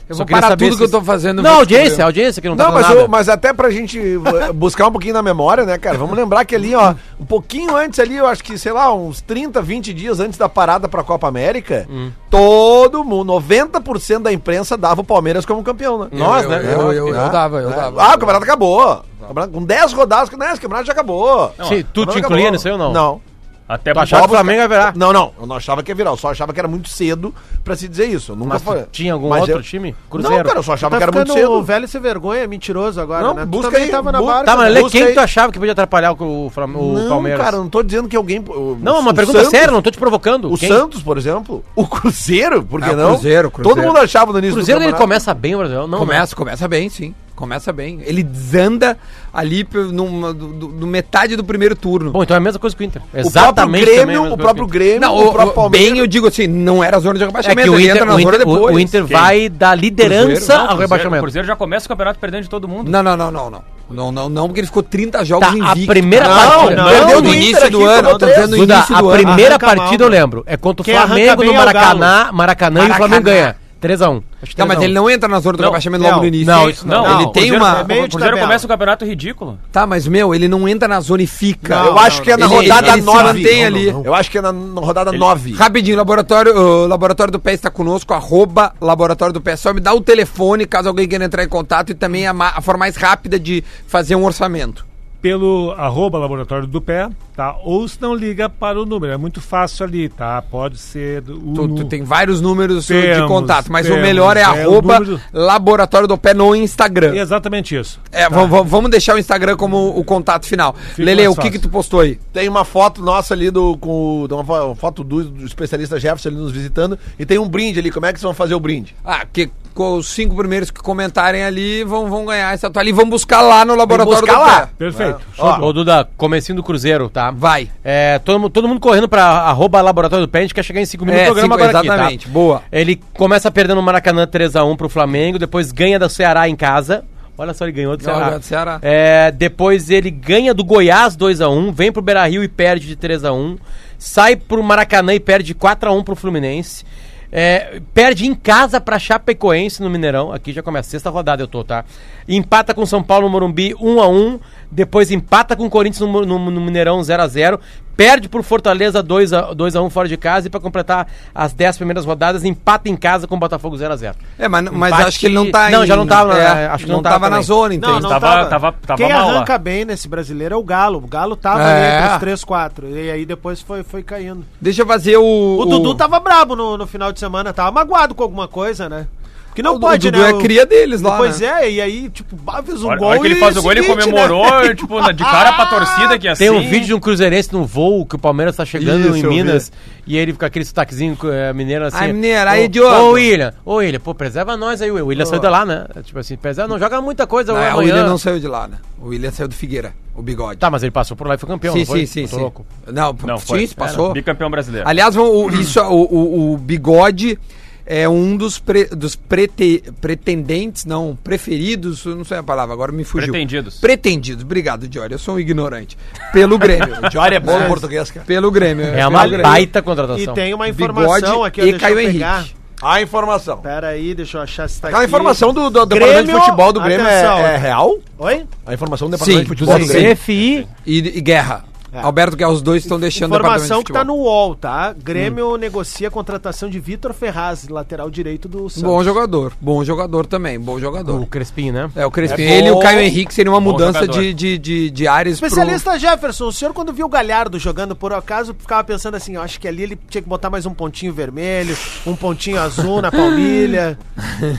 Speaker 2: Eu
Speaker 7: Só
Speaker 2: vou
Speaker 7: queria
Speaker 2: parar
Speaker 7: saber
Speaker 2: tudo
Speaker 7: se
Speaker 2: que eu
Speaker 7: eles-
Speaker 2: tô fazendo.
Speaker 7: Não,
Speaker 2: vou
Speaker 7: audiência,
Speaker 2: descobrir.
Speaker 7: audiência que não,
Speaker 3: Não,
Speaker 7: tá
Speaker 3: mas,
Speaker 7: falando
Speaker 3: o-
Speaker 7: nada.
Speaker 3: mas até pra gente eh, buscar um pouquinho na memória, né, cara? Vamos lembrar que ali, ó, um pouquinho antes ali, eu acho que, sei lá, uns 30, 20 dias antes da parada pra Copa América,
Speaker 7: Hum.
Speaker 3: todo mundo, 90% da imprensa dava o Palmeiras como campeão, né?
Speaker 7: Nós,
Speaker 2: eu,
Speaker 7: né?
Speaker 2: Eu, eu, eu,
Speaker 3: Ah,
Speaker 2: dava, eu
Speaker 3: né?
Speaker 2: dava.
Speaker 3: Ah, o campeonato acabou. Campeonato- Com 10 rodadas, que- né? Esse campeonato já acabou.
Speaker 7: Não, Sim, tu te incluía nisso aí ou não?
Speaker 3: Não.
Speaker 4: Até
Speaker 3: Tá
Speaker 4: porque
Speaker 7: Tu achava que o Flamengo ia virar?
Speaker 3: Não, não. Eu não achava que ia virar. Eu só achava que era muito cedo pra se dizer isso. Eu nunca
Speaker 7: Mas tu
Speaker 3: foi-
Speaker 7: tinha algum
Speaker 3: Mas
Speaker 7: outro
Speaker 3: eu-
Speaker 7: time?
Speaker 3: Não, cara, eu só achava
Speaker 6: Tá
Speaker 3: que era muito
Speaker 6: ficando
Speaker 3: cedo.
Speaker 6: o velho sem vergonha, mentiroso agora,
Speaker 3: Não,
Speaker 6: né? Tu
Speaker 3: busca
Speaker 6: também
Speaker 3: aí,
Speaker 6: tava na
Speaker 3: bu-
Speaker 6: barca.
Speaker 7: Tá, mas Lê,
Speaker 3: Busca
Speaker 7: quem
Speaker 3: aí.
Speaker 7: tu achava que podia atrapalhar o, o, Flam- o
Speaker 3: não,
Speaker 7: Palmeiras?
Speaker 3: cara, eu não tô dizendo que alguém... o-
Speaker 7: não, é uma
Speaker 3: o
Speaker 7: pergunta
Speaker 3: Santos-
Speaker 7: séria, não tô te provocando.
Speaker 3: O
Speaker 7: Quem?
Speaker 3: Santos, por exemplo. O Cruzeiro, por que
Speaker 2: É, o
Speaker 3: não?
Speaker 2: Cruzeiro, o Cruzeiro.
Speaker 3: Todo mundo achava no
Speaker 7: O
Speaker 3: início
Speaker 7: Cruzeiro ele
Speaker 3: campeonato.
Speaker 7: começa bem, o Brasileirão. Não, é
Speaker 2: Começa, começa bem, sim. Começa bem. Ele desanda ali p- numa, do, do- do metade do primeiro turno.
Speaker 7: Bom, então é a mesma coisa que o Inter.
Speaker 3: Exatamente.
Speaker 7: também é
Speaker 3: O próprio
Speaker 7: a mesma
Speaker 3: Grêmio, o
Speaker 7: coisa
Speaker 3: próprio
Speaker 7: que o Inter.
Speaker 3: Grêmio,
Speaker 2: Não,
Speaker 3: o
Speaker 2: o,
Speaker 3: próprio
Speaker 2: o-
Speaker 3: Palmeiras.
Speaker 2: bem eu digo assim, não era zona de
Speaker 7: É
Speaker 2: rebaixamento,
Speaker 7: que o
Speaker 2: ele
Speaker 7: Inter,
Speaker 2: entra na
Speaker 7: o
Speaker 2: zona
Speaker 7: Inter, o-
Speaker 2: depois.
Speaker 7: o Inter vai da liderança
Speaker 4: Não, o
Speaker 7: ao
Speaker 4: Cruzeiro, o
Speaker 7: rebaixamento.
Speaker 4: Cruzeiro já começa o campeonato perdendo de todo mundo.
Speaker 2: Não, não, não, não, não. Não, não, não, porque ele ficou 30 jogos
Speaker 7: Tá, a
Speaker 2: invicto.
Speaker 7: primeira
Speaker 2: Não,
Speaker 7: partida.
Speaker 2: não,
Speaker 7: Perdeu
Speaker 2: perdeu
Speaker 7: do
Speaker 2: no
Speaker 7: Inter
Speaker 2: início do
Speaker 7: aqui,
Speaker 2: ano,
Speaker 7: tomou
Speaker 2: tô dizendo no
Speaker 7: Duda,
Speaker 2: início
Speaker 7: a
Speaker 2: do ano.
Speaker 7: primeira
Speaker 6: Arranca mal,
Speaker 7: partida eu
Speaker 6: né?
Speaker 7: lembro. É contra o
Speaker 6: Quem
Speaker 7: Flamengo
Speaker 6: arranca
Speaker 7: no
Speaker 6: bem é o
Speaker 7: Maracanã. Maracanã e o Flamengo
Speaker 2: Maracanã.
Speaker 7: ganha. 3x1.
Speaker 2: Não, Tá, mas ele não entra na zona do
Speaker 4: Não,
Speaker 2: rebaixamento
Speaker 6: não,
Speaker 2: logo no início.
Speaker 7: não, isso não.
Speaker 2: Ele
Speaker 7: Não,
Speaker 2: tem
Speaker 4: Cruzeiro-
Speaker 2: uma.
Speaker 6: é meio
Speaker 4: O
Speaker 6: de
Speaker 4: Cruzeiro
Speaker 6: tabela.
Speaker 4: começa o campeonato ridículo.
Speaker 2: Tá, mas meu, ele não entra na zona e fica.
Speaker 3: Eu acho que é na
Speaker 2: Ele-
Speaker 3: rodada
Speaker 2: ele se
Speaker 3: 9.
Speaker 2: mantém ali.
Speaker 3: Eu acho que é na na rodada 9.
Speaker 2: Rapidinho, laboratório, ô, laboratório do Pé está conosco, arroba Laboratório do Pé. Só me dá o telefone caso alguém queira entrar em contato e também a, ma- a forma mais rápida de fazer um orçamento.
Speaker 5: pelo arroba laboratório do pé, tá? Ou se não liga para o número. É muito fácil ali, tá? Pode ser o.
Speaker 2: Tu, tu tem vários números de
Speaker 5: Temos,
Speaker 2: contato, mas o
Speaker 5: temos,
Speaker 2: melhor é,
Speaker 5: é, o
Speaker 2: arroba
Speaker 5: número-
Speaker 2: Laboratório do Pé no Instagram.
Speaker 5: Exatamente isso. Tá.
Speaker 2: É, va- va- vamos deixar o Instagram como o contato final. Lele,
Speaker 5: mais
Speaker 2: o que,
Speaker 5: fácil.
Speaker 2: que tu postou aí?
Speaker 3: Tem uma foto nossa ali do. Com, o- de uma fo- uma foto do, do especialista Jefferson ali nos visitando. E tem um brinde ali. Como é que vocês vão fazer o brinde?
Speaker 2: Ah, que co- os cinco primeiros que comentarem ali vão, vão ganhar essa toalha e vão buscar lá no Laboratório
Speaker 3: buscar
Speaker 2: do
Speaker 3: lá.
Speaker 2: Pé.
Speaker 5: Perfeito.
Speaker 7: Ô, Duda, comecinho do Cruzeiro, tá?
Speaker 2: Vai.
Speaker 7: É, todo, mu- todo mundo correndo pra arroba Laboratório do Pé, a gente quer chegar em 5 minutos
Speaker 2: É,
Speaker 7: do programa
Speaker 2: cinco-
Speaker 7: agora aqui,
Speaker 2: exatamente,
Speaker 7: tá?
Speaker 2: boa.
Speaker 7: Ele começa perdendo o Maracanã 3x1 pro Flamengo, depois ganha da Ceará em casa. Olha só, ele ganhou do
Speaker 2: Ganhou
Speaker 7: Ceará.
Speaker 2: do Ceará.
Speaker 7: É, depois ele ganha do Goiás 2x1, vem pro Beira-Rio e perde de 3x1. Sai pro Maracanã e perde 4x1 pro Fluminense. É, perde em casa pra Chapecoense no Mineirão. Aqui já começa a sexta rodada, eu tô, tá? Empata com São Paulo no Morumbi 1x1. Depois empata com o Corinthians no, Mo- no- no Mineirão 0x0. Perde pro Fortaleza 2x1 fora de casa. E pra completar as 10 primeiras rodadas, empata em casa com o Botafogo 0x0.
Speaker 2: É, mas, mas
Speaker 7: Empate-
Speaker 2: acho que ele não tá
Speaker 7: Não, já não tava,
Speaker 2: é,
Speaker 7: né? Acho que
Speaker 2: não,
Speaker 7: não
Speaker 2: tava,
Speaker 7: tava
Speaker 2: na
Speaker 7: também.
Speaker 2: zona, então.
Speaker 6: Não, não
Speaker 4: Tava-
Speaker 6: tava.
Speaker 4: tava- tava
Speaker 6: Quem
Speaker 4: mal lá.
Speaker 6: arranca bem nesse brasileiro é o Galo. O Galo tava
Speaker 2: É.
Speaker 6: ali entre os 3, 4. E aí depois foi, foi caindo.
Speaker 2: Deixa eu fazer o. Ah,
Speaker 6: O, Dudu tá tava brabo no, no final de semana, tava magoado com alguma coisa, né? Porque não
Speaker 2: O
Speaker 6: pode,
Speaker 2: Dudu
Speaker 6: né?
Speaker 2: é cria deles lá,
Speaker 6: Pois
Speaker 2: né?
Speaker 6: é, e aí, tipo, bah, fez um
Speaker 4: Olha,
Speaker 6: gol.
Speaker 4: olha que ele
Speaker 6: e
Speaker 4: faz o gol, ele
Speaker 6: seguinte,
Speaker 4: comemorou,
Speaker 6: né?
Speaker 4: e, tipo, na- de cara pra torcida que é assim.
Speaker 7: Tem um vídeo de um cruzeirense no voo que o Palmeiras tá chegando
Speaker 2: Isso,
Speaker 7: em
Speaker 2: eu vi.
Speaker 7: Minas e ele fica aquele sotaquezinho eh, mineiro assim.
Speaker 2: Ai, mineiro, aí,
Speaker 7: "Ô,
Speaker 2: idiota."
Speaker 7: Ô, William, ô, William, pô, preserva nós aí. O William saiu de lá, né? Tipo assim, preserva, não joga muita coisa
Speaker 2: Não,
Speaker 7: hoje
Speaker 2: é, o
Speaker 7: amanhã.
Speaker 2: William não saiu de lá, né? O William saiu do Figueira, o bigode.
Speaker 7: Tá, mas ele passou por lá e foi campeão,
Speaker 2: sim,
Speaker 7: não
Speaker 2: sim,
Speaker 7: foi?
Speaker 2: sim,
Speaker 7: Eu tô
Speaker 2: sim.
Speaker 7: louco.
Speaker 2: Não,
Speaker 4: Não,
Speaker 2: sim,
Speaker 4: foi.
Speaker 2: isso passou.
Speaker 4: Era, Bicampeão brasileiro.
Speaker 2: Aliás, vão- o, isso, o, o, o bigode é um dos, pre- dos prete- pretendentes, não, preferidos, eu não sei a palavra, agora me fugiu.
Speaker 4: Pretendidos.
Speaker 2: Pretendidos, obrigado, Diori, eu sou um ignorante. Pelo Grêmio. O Diori é bom
Speaker 3: em português, cara.
Speaker 2: Pelo Grêmio.
Speaker 7: É uma
Speaker 2: pelo Grêmio.
Speaker 7: baita
Speaker 6: E
Speaker 7: contratação.
Speaker 6: tem uma informação
Speaker 2: Bigode
Speaker 6: aqui, ó,
Speaker 2: e
Speaker 6: deixa
Speaker 2: Caio
Speaker 6: eu
Speaker 2: Henrique.
Speaker 6: pegar.
Speaker 3: A informação.
Speaker 6: Pera aí, deixa eu achar se tá
Speaker 3: A informação do, do
Speaker 6: Grêmio,
Speaker 3: departamento de futebol do Grêmio é,
Speaker 6: atenção.
Speaker 3: é real?
Speaker 6: Oi?
Speaker 3: A informação do departamento
Speaker 2: Sim,
Speaker 3: de futebol do
Speaker 2: sim.
Speaker 3: Grêmio.
Speaker 7: CFI.
Speaker 2: E, e Guerra. Alberto Guerra, os dois estão deixando
Speaker 6: Informação
Speaker 2: um de
Speaker 6: que tá no
Speaker 2: futebol. Hum.
Speaker 6: UOL, tá? Grêmio negocia a contratação de Vitor Ferraz, lateral direito do Santos.
Speaker 2: Bom jogador, bom jogador também, bom jogador.
Speaker 7: O Crespim, né?
Speaker 2: É, o Crespim,
Speaker 3: É
Speaker 2: ele e o
Speaker 3: bom.
Speaker 2: Caio Henrique seria uma
Speaker 4: Bom
Speaker 2: mudança
Speaker 4: jogador.
Speaker 2: de, de, de, de áreas pro-
Speaker 6: Especialista Jefferson, o senhor quando viu o Galhardo jogando por acaso, ficava pensando assim, eu acho que ali ele tinha que botar mais um pontinho vermelho, um pontinho azul na palmilha,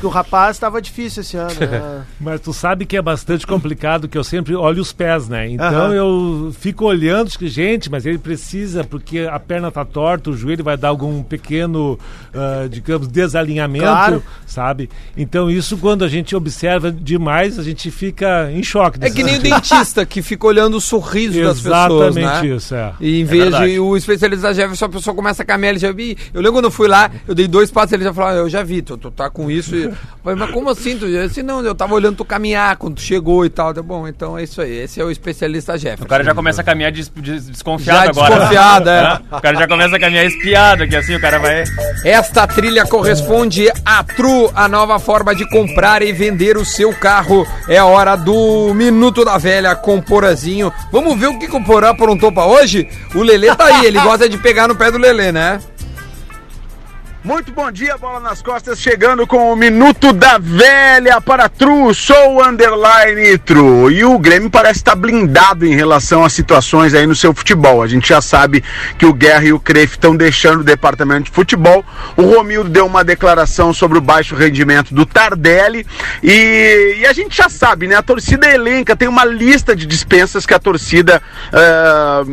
Speaker 6: que o rapaz tava difícil esse ano. né?
Speaker 5: Mas tu sabe que é bastante complicado, que eu sempre olho os pés, né? Então
Speaker 6: Aham.
Speaker 5: eu fico olhando, digo, gente, mas ele precisa, porque a perna tá torta, o joelho vai dar algum pequeno, ah, digamos, desalinhamento,
Speaker 6: Claro.
Speaker 5: sabe? Então isso, quando a gente observa demais, a gente fica em choque.
Speaker 2: É que nem o dentista que fica olhando o sorriso das pessoas,
Speaker 5: Exatamente
Speaker 2: né?
Speaker 5: isso, é.
Speaker 2: E em vez de o especialista da Jefferson, a pessoa começa a caminhar, ele já vi. Eu lembro quando eu fui lá, eu dei dois passos, ele já falou, ah, eu já vi, tu, tu tá com isso. E... Eu falei, mas como assim? Tu? Eu disse, não, eu tava olhando tu caminhar quando tu chegou e tal. Eu, Bom, então é isso aí, esse é o especialista Jefferson.
Speaker 4: O cara já começa a caminhar des- des- desconfiado
Speaker 2: Já
Speaker 4: agora. né?
Speaker 2: desconfiado, é.
Speaker 4: O cara já começa a caminhar espiado, que assim o cara vai.
Speaker 2: Esta trilha corresponde a Tru, a nova forma de comprar e vender o seu carro. É a hora do Minuto da Velha com o Porazinho. Vamos ver o que, que o Porã aprontou pra hoje? O Lelê tá aí, ele gosta de pegar no pé do Lelê, né?
Speaker 12: Muito bom dia, bola nas costas, chegando com o Minuto da Velha para Tru, sou underline Tru. E o Grêmio parece estar blindado em relação às situações aí no seu futebol. A gente já sabe que o Guerra e o Cref estão deixando o departamento de futebol. O Romildo deu uma declaração sobre o baixo rendimento do Tardelli. E, e a gente já sabe, né? A torcida elenca, tem uma lista de dispensas que a torcida ah,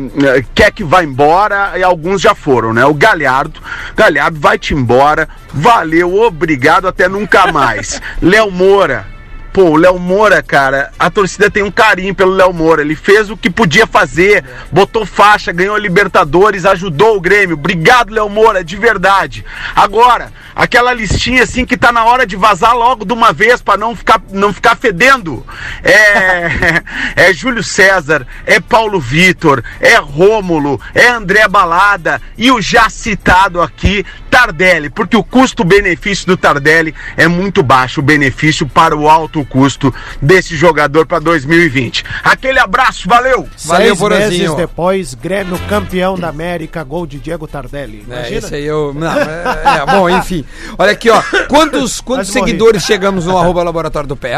Speaker 12: quer que vá embora e alguns já foram, né? O Galhardo, Galhardo vai-te embora, valeu, obrigado, até nunca mais. Léo Moura, Pô, o Léo Moura, cara, a torcida tem um carinho pelo Léo Moura. Ele fez o que podia fazer, botou faixa, ganhou a Libertadores, ajudou o Grêmio. Obrigado, Léo Moura, de verdade. Agora, aquela listinha assim que tá na hora de vazar logo de uma vez pra não ficar, não ficar fedendo. É, é Júlio César, é Paulo Vitor, é Rômulo, é André Balada e o já citado aqui, Tardelli, porque o custo-benefício do Tardelli é muito baixo, o benefício para o alto custo desse jogador para 2020. Aquele abraço, valeu!
Speaker 6: Valeu, Seis meses depois, Grêmio campeão da América, gol de Diego Tardelli.
Speaker 2: É, isso aí eu. Não, é, é, bom, enfim. Olha aqui, ó. Quantos, quantos
Speaker 6: Quase morri.
Speaker 2: seguidores chegamos no arroba laboratório do pé?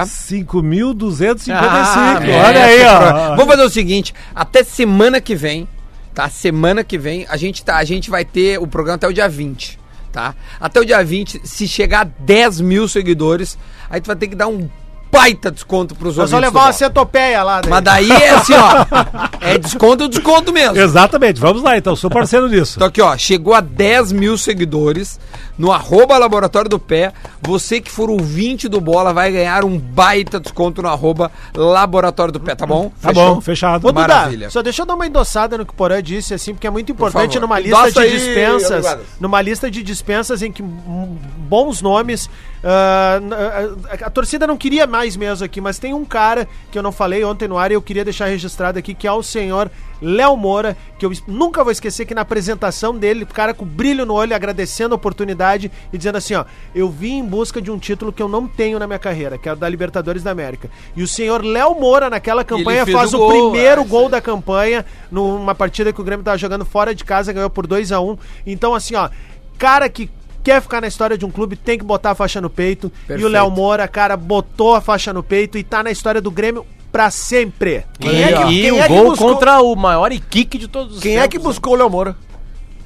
Speaker 5: 5.255.
Speaker 2: É,
Speaker 5: Olha aí,
Speaker 2: pra-
Speaker 5: ó.
Speaker 2: Vamos fazer o seguinte, até semana que vem, tá? Semana que vem a gente tá, a gente vai ter o programa até o dia 20, tá? Até o dia 20, se chegar a 10 mil seguidores, aí tu vai ter que dar um baita desconto pros
Speaker 6: Nós
Speaker 2: ouvintes.
Speaker 6: vamos
Speaker 2: do
Speaker 6: levar uma
Speaker 2: Bola.
Speaker 6: centopeia lá. né?
Speaker 2: Mas daí é assim, ó, é desconto, desconto mesmo.
Speaker 5: Exatamente, vamos lá então, sou parceiro disso.
Speaker 2: Então aqui, ó, chegou a 10 mil seguidores no arroba Laboratório do Pé. Você que for ouvinte do Bola vai ganhar um baita desconto no arroba Laboratório do Pé, tá bom?
Speaker 5: Tá bom, fechado.
Speaker 6: Ô, Duda,
Speaker 2: Maravilha.
Speaker 6: só deixa eu dar uma endossada no que o Porã disse, assim, porque é muito importante
Speaker 2: favor.
Speaker 6: numa lista
Speaker 2: Endossa
Speaker 6: de
Speaker 2: aí,
Speaker 6: dispensas.
Speaker 2: Eduardo.
Speaker 6: Numa lista de dispensas em que hum, bons nomes. ah, n- ah, a torcida não queria mais mesmo aqui, mas tem um cara que eu não falei ontem no ar e eu queria deixar registrado aqui, que é o senhor Léo Moura, que eu es- nunca vou esquecer que na apresentação dele, o cara com brilho no olho, agradecendo a oportunidade e dizendo assim: ó, eu vim em busca de um título que eu não tenho na minha carreira, que é o da Libertadores da América. E o senhor Léo Moura, naquela campanha,
Speaker 2: fez
Speaker 6: faz
Speaker 2: o
Speaker 6: o,
Speaker 2: gol,
Speaker 6: primeiro
Speaker 2: é,
Speaker 6: gol da campanha numa partida que o Grêmio tava jogando fora de casa, ganhou por 2 a 1 Então, assim, ó, cara que quer ficar na história de um clube tem que botar a faixa no peito. E o
Speaker 2: Perfeito.
Speaker 6: Léo Moura, cara, botou a faixa no peito e tá na história do Grêmio pra sempre.
Speaker 7: E, e
Speaker 3: quem
Speaker 7: o
Speaker 3: é que
Speaker 7: gol
Speaker 3: buscou-
Speaker 7: contra o maior kick de todos os
Speaker 3: Quem é que buscou o Léo Moura?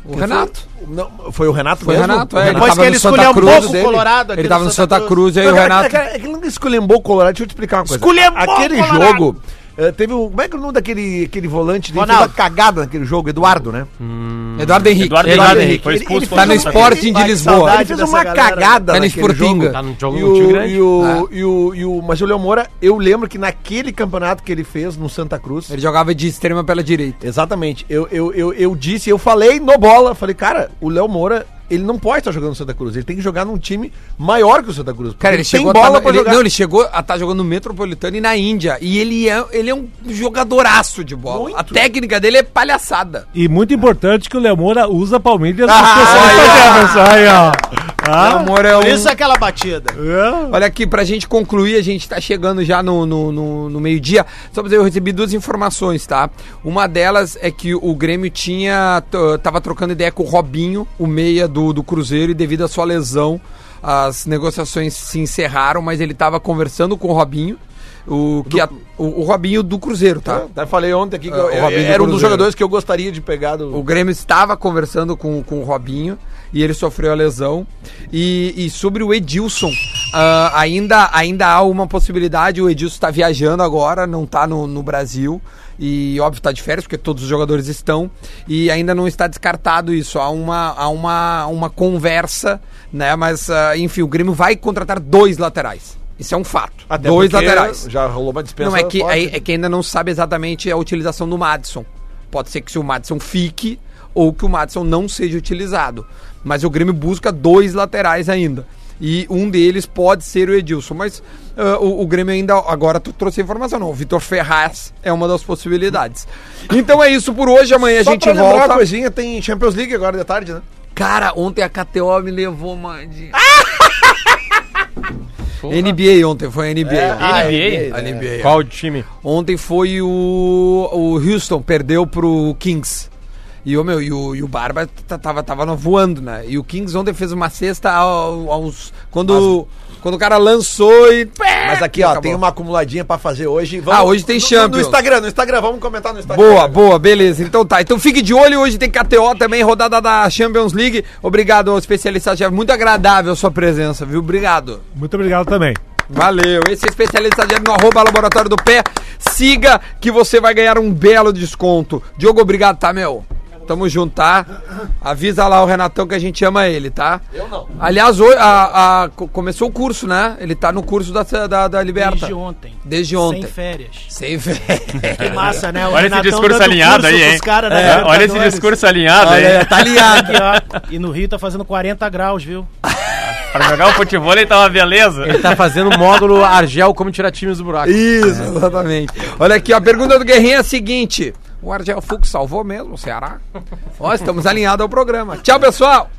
Speaker 2: O Renato.
Speaker 3: Não, foi o Renato
Speaker 2: Foi o
Speaker 3: mesmo?
Speaker 2: Renato, é,
Speaker 3: Renato.
Speaker 6: Depois que
Speaker 2: tava no
Speaker 6: ele
Speaker 2: Santa
Speaker 6: escolheu um
Speaker 2: Cruz
Speaker 6: pouco o
Speaker 2: dele.
Speaker 6: Colorado aqui
Speaker 2: Ele tava no Santa Cruz, e aí
Speaker 3: Não,
Speaker 2: o
Speaker 3: cara,
Speaker 2: Renato. um
Speaker 3: cara, É que ele nunca esculhambou o Colorado, deixa eu te explicar uma coisa.
Speaker 6: Esculhambou
Speaker 3: Aquele
Speaker 6: o Colorado.
Speaker 3: jogo. eh, teve o. Como é que é o nome daquele aquele volante dele?
Speaker 6: Ronaldo.
Speaker 3: Fez uma cagada naquele jogo, Eduardo, né?
Speaker 2: Hum. Eduardo Henrique.
Speaker 4: Hum. Eduardo
Speaker 7: Eduardo
Speaker 4: Henrique.
Speaker 7: Henrique.
Speaker 4: Foi
Speaker 3: Ele-
Speaker 4: expulso.
Speaker 3: um ele
Speaker 4: foi
Speaker 2: Tá no
Speaker 4: expulso.
Speaker 2: Sporting de
Speaker 6: Vai, que
Speaker 2: Lisboa.
Speaker 6: saudade.
Speaker 3: Ele fez
Speaker 6: dessa
Speaker 3: uma
Speaker 6: galera,
Speaker 3: cagada
Speaker 2: Tá no
Speaker 3: naquele jogo.
Speaker 2: Sportinga.
Speaker 7: Tá num jogo
Speaker 3: E
Speaker 7: num time
Speaker 3: o,
Speaker 7: grande.
Speaker 3: e, o,
Speaker 2: É.
Speaker 3: e, o, e o- mas o Léo Moura, eu lembro que naquele campeonato que ele fez no Santa Cruz,
Speaker 2: Ele jogava de extrema pela direita.
Speaker 3: Exatamente. Eu, eu, eu, eu disse, eu falei no bola, falei, cara, o Léo Moura, ele não pode estar jogando no Santa Cruz, ele tem que jogar num time maior que o Santa Cruz. porque
Speaker 2: Cara, ele chegou
Speaker 3: tem
Speaker 2: a
Speaker 3: bola
Speaker 2: tá,
Speaker 3: pra
Speaker 2: ele,
Speaker 3: jogar.
Speaker 2: Não, ele chegou a estar jogando no Metropolitano e na Índia. E ele é, ele é um jogadoraço de bola. A técnica dele é palhaçada.
Speaker 5: E muito importante que o Léo Moura usa Palmeiras
Speaker 2: Ah,
Speaker 5: nas pessoas
Speaker 2: olha.
Speaker 5: modernas. Aí, ó.
Speaker 2: Meu
Speaker 5: Ah,
Speaker 2: amor, é
Speaker 6: Por
Speaker 2: um-
Speaker 6: isso aquela batida.
Speaker 5: é.
Speaker 2: Olha aqui, pra gente concluir, a gente tá chegando já no, no, no- no meio-dia. Só pra dizer, eu recebi duas informações, tá? Uma delas é que o Grêmio tinha. t- tava trocando ideia com o Robinho, o meia do, do Cruzeiro, e devido à sua lesão, as negociações se encerraram, mas ele tava conversando com o Robinho. O, que a- o, o Robinho do Cruzeiro, tá?
Speaker 3: Tá, eu falei ontem aqui que
Speaker 2: Ah,
Speaker 3: eu-
Speaker 2: o
Speaker 3: eu-
Speaker 2: Robinho do
Speaker 3: era um
Speaker 2: Cruzeiro.
Speaker 3: dos jogadores que eu gostaria de pegar do.
Speaker 2: O Grêmio estava conversando com, com o Robinho e ele sofreu a lesão. E, e sobre o Edilson, ah, ainda, ainda há uma possibilidade. O Edilson está viajando agora, não está no, no Brasil. E óbvio, está de férias, porque todos os jogadores estão. E ainda não está descartado isso. Há uma, há uma, uma conversa, né? Mas, ah, enfim, o Grêmio vai contratar dois laterais. Isso é um fato.
Speaker 3: Até
Speaker 2: dois
Speaker 3: porque
Speaker 2: laterais.
Speaker 3: Já rolou uma dispensa.
Speaker 2: Não, é que,
Speaker 3: forte.
Speaker 2: é, é que ainda não sabe exatamente a utilização do Madison. Pode ser que se o Madison fique ou que o Madison não seja utilizado. Mas o Grêmio busca dois laterais ainda. E um deles pode ser o Edilson. Mas ah, o, o Grêmio ainda. Agora tu trouxe a informação, não. O Vitor Ferraz é uma das possibilidades. Então é isso por hoje. Amanhã
Speaker 3: Só
Speaker 2: a gente
Speaker 3: pra lembrar
Speaker 2: volta.
Speaker 3: uma coisinha, tem Champions League agora de tarde, né?
Speaker 2: Cara, ontem a KTO me levou, Mandinha. NBA ontem, foi NBA.
Speaker 6: É,
Speaker 2: ontem.
Speaker 3: Ah, é.
Speaker 4: NBA.
Speaker 2: A NBA.
Speaker 7: Qual time?
Speaker 2: Ontem foi o, o Houston, perdeu pro Kings. E, o meu, e, o, e o Barba t- tava, tava no- voando, né? E o Kings ontem fez uma cesta ao- aos. Quando, quando o cara lançou e.
Speaker 3: Mas aqui, ó, tem uma acumuladinha pra fazer hoje. Vamos-
Speaker 2: Tá Ah, hoje tem
Speaker 3: no, No
Speaker 2: Champions.
Speaker 3: Instagram, no Instagram, vamos comentar no Instagram.
Speaker 2: Boa, boa, beleza. Então tá. Então fique de olho. Hoje tem KTO também, rodada da Champions League. Obrigado ao especialista chefe. Muito agradável a sua presença, viu? Obrigado.
Speaker 5: Muito obrigado também.
Speaker 2: Valeu. Esse é especialista estagiário no arroba Laboratório do Pé. Siga que você vai ganhar um belo desconto. Diogo, obrigado, tá, meu? Tamo junto, tá? Avisa lá o Renatão que a gente ama ele, tá? Eu não. Aliás, hoje, a- a- co- começou o curso, né? Ele tá no curso da, da, da Liberta.
Speaker 11: Desde ontem.
Speaker 2: Desde ontem.
Speaker 11: Sem férias.
Speaker 2: Sem férias.
Speaker 6: Que massa, né? O
Speaker 4: É. Olha esse
Speaker 6: Renatão
Speaker 4: discurso
Speaker 6: dando
Speaker 4: alinhado
Speaker 6: curso
Speaker 4: aí, hein?
Speaker 6: pros né? caras da
Speaker 11: né?
Speaker 4: É,
Speaker 6: Libertadores.
Speaker 4: olha
Speaker 11: Tá
Speaker 4: esse discurso alinhado
Speaker 6: Olha
Speaker 4: aí.
Speaker 6: tá alinhado.
Speaker 11: Aqui, ó. E no Rio tá fazendo 40 graus, viu?
Speaker 4: Pra jogar o futebol ele tá uma beleza.
Speaker 7: Ele tá fazendo um módulo Argel como tirar times do buraco.
Speaker 2: Isso, exatamente. Olha aqui, a pergunta do Guerrinha é a seguinte. O Argel Fux salvou mesmo o Ceará? Ó, estamos alinhados ao programa. Tchau, pessoal!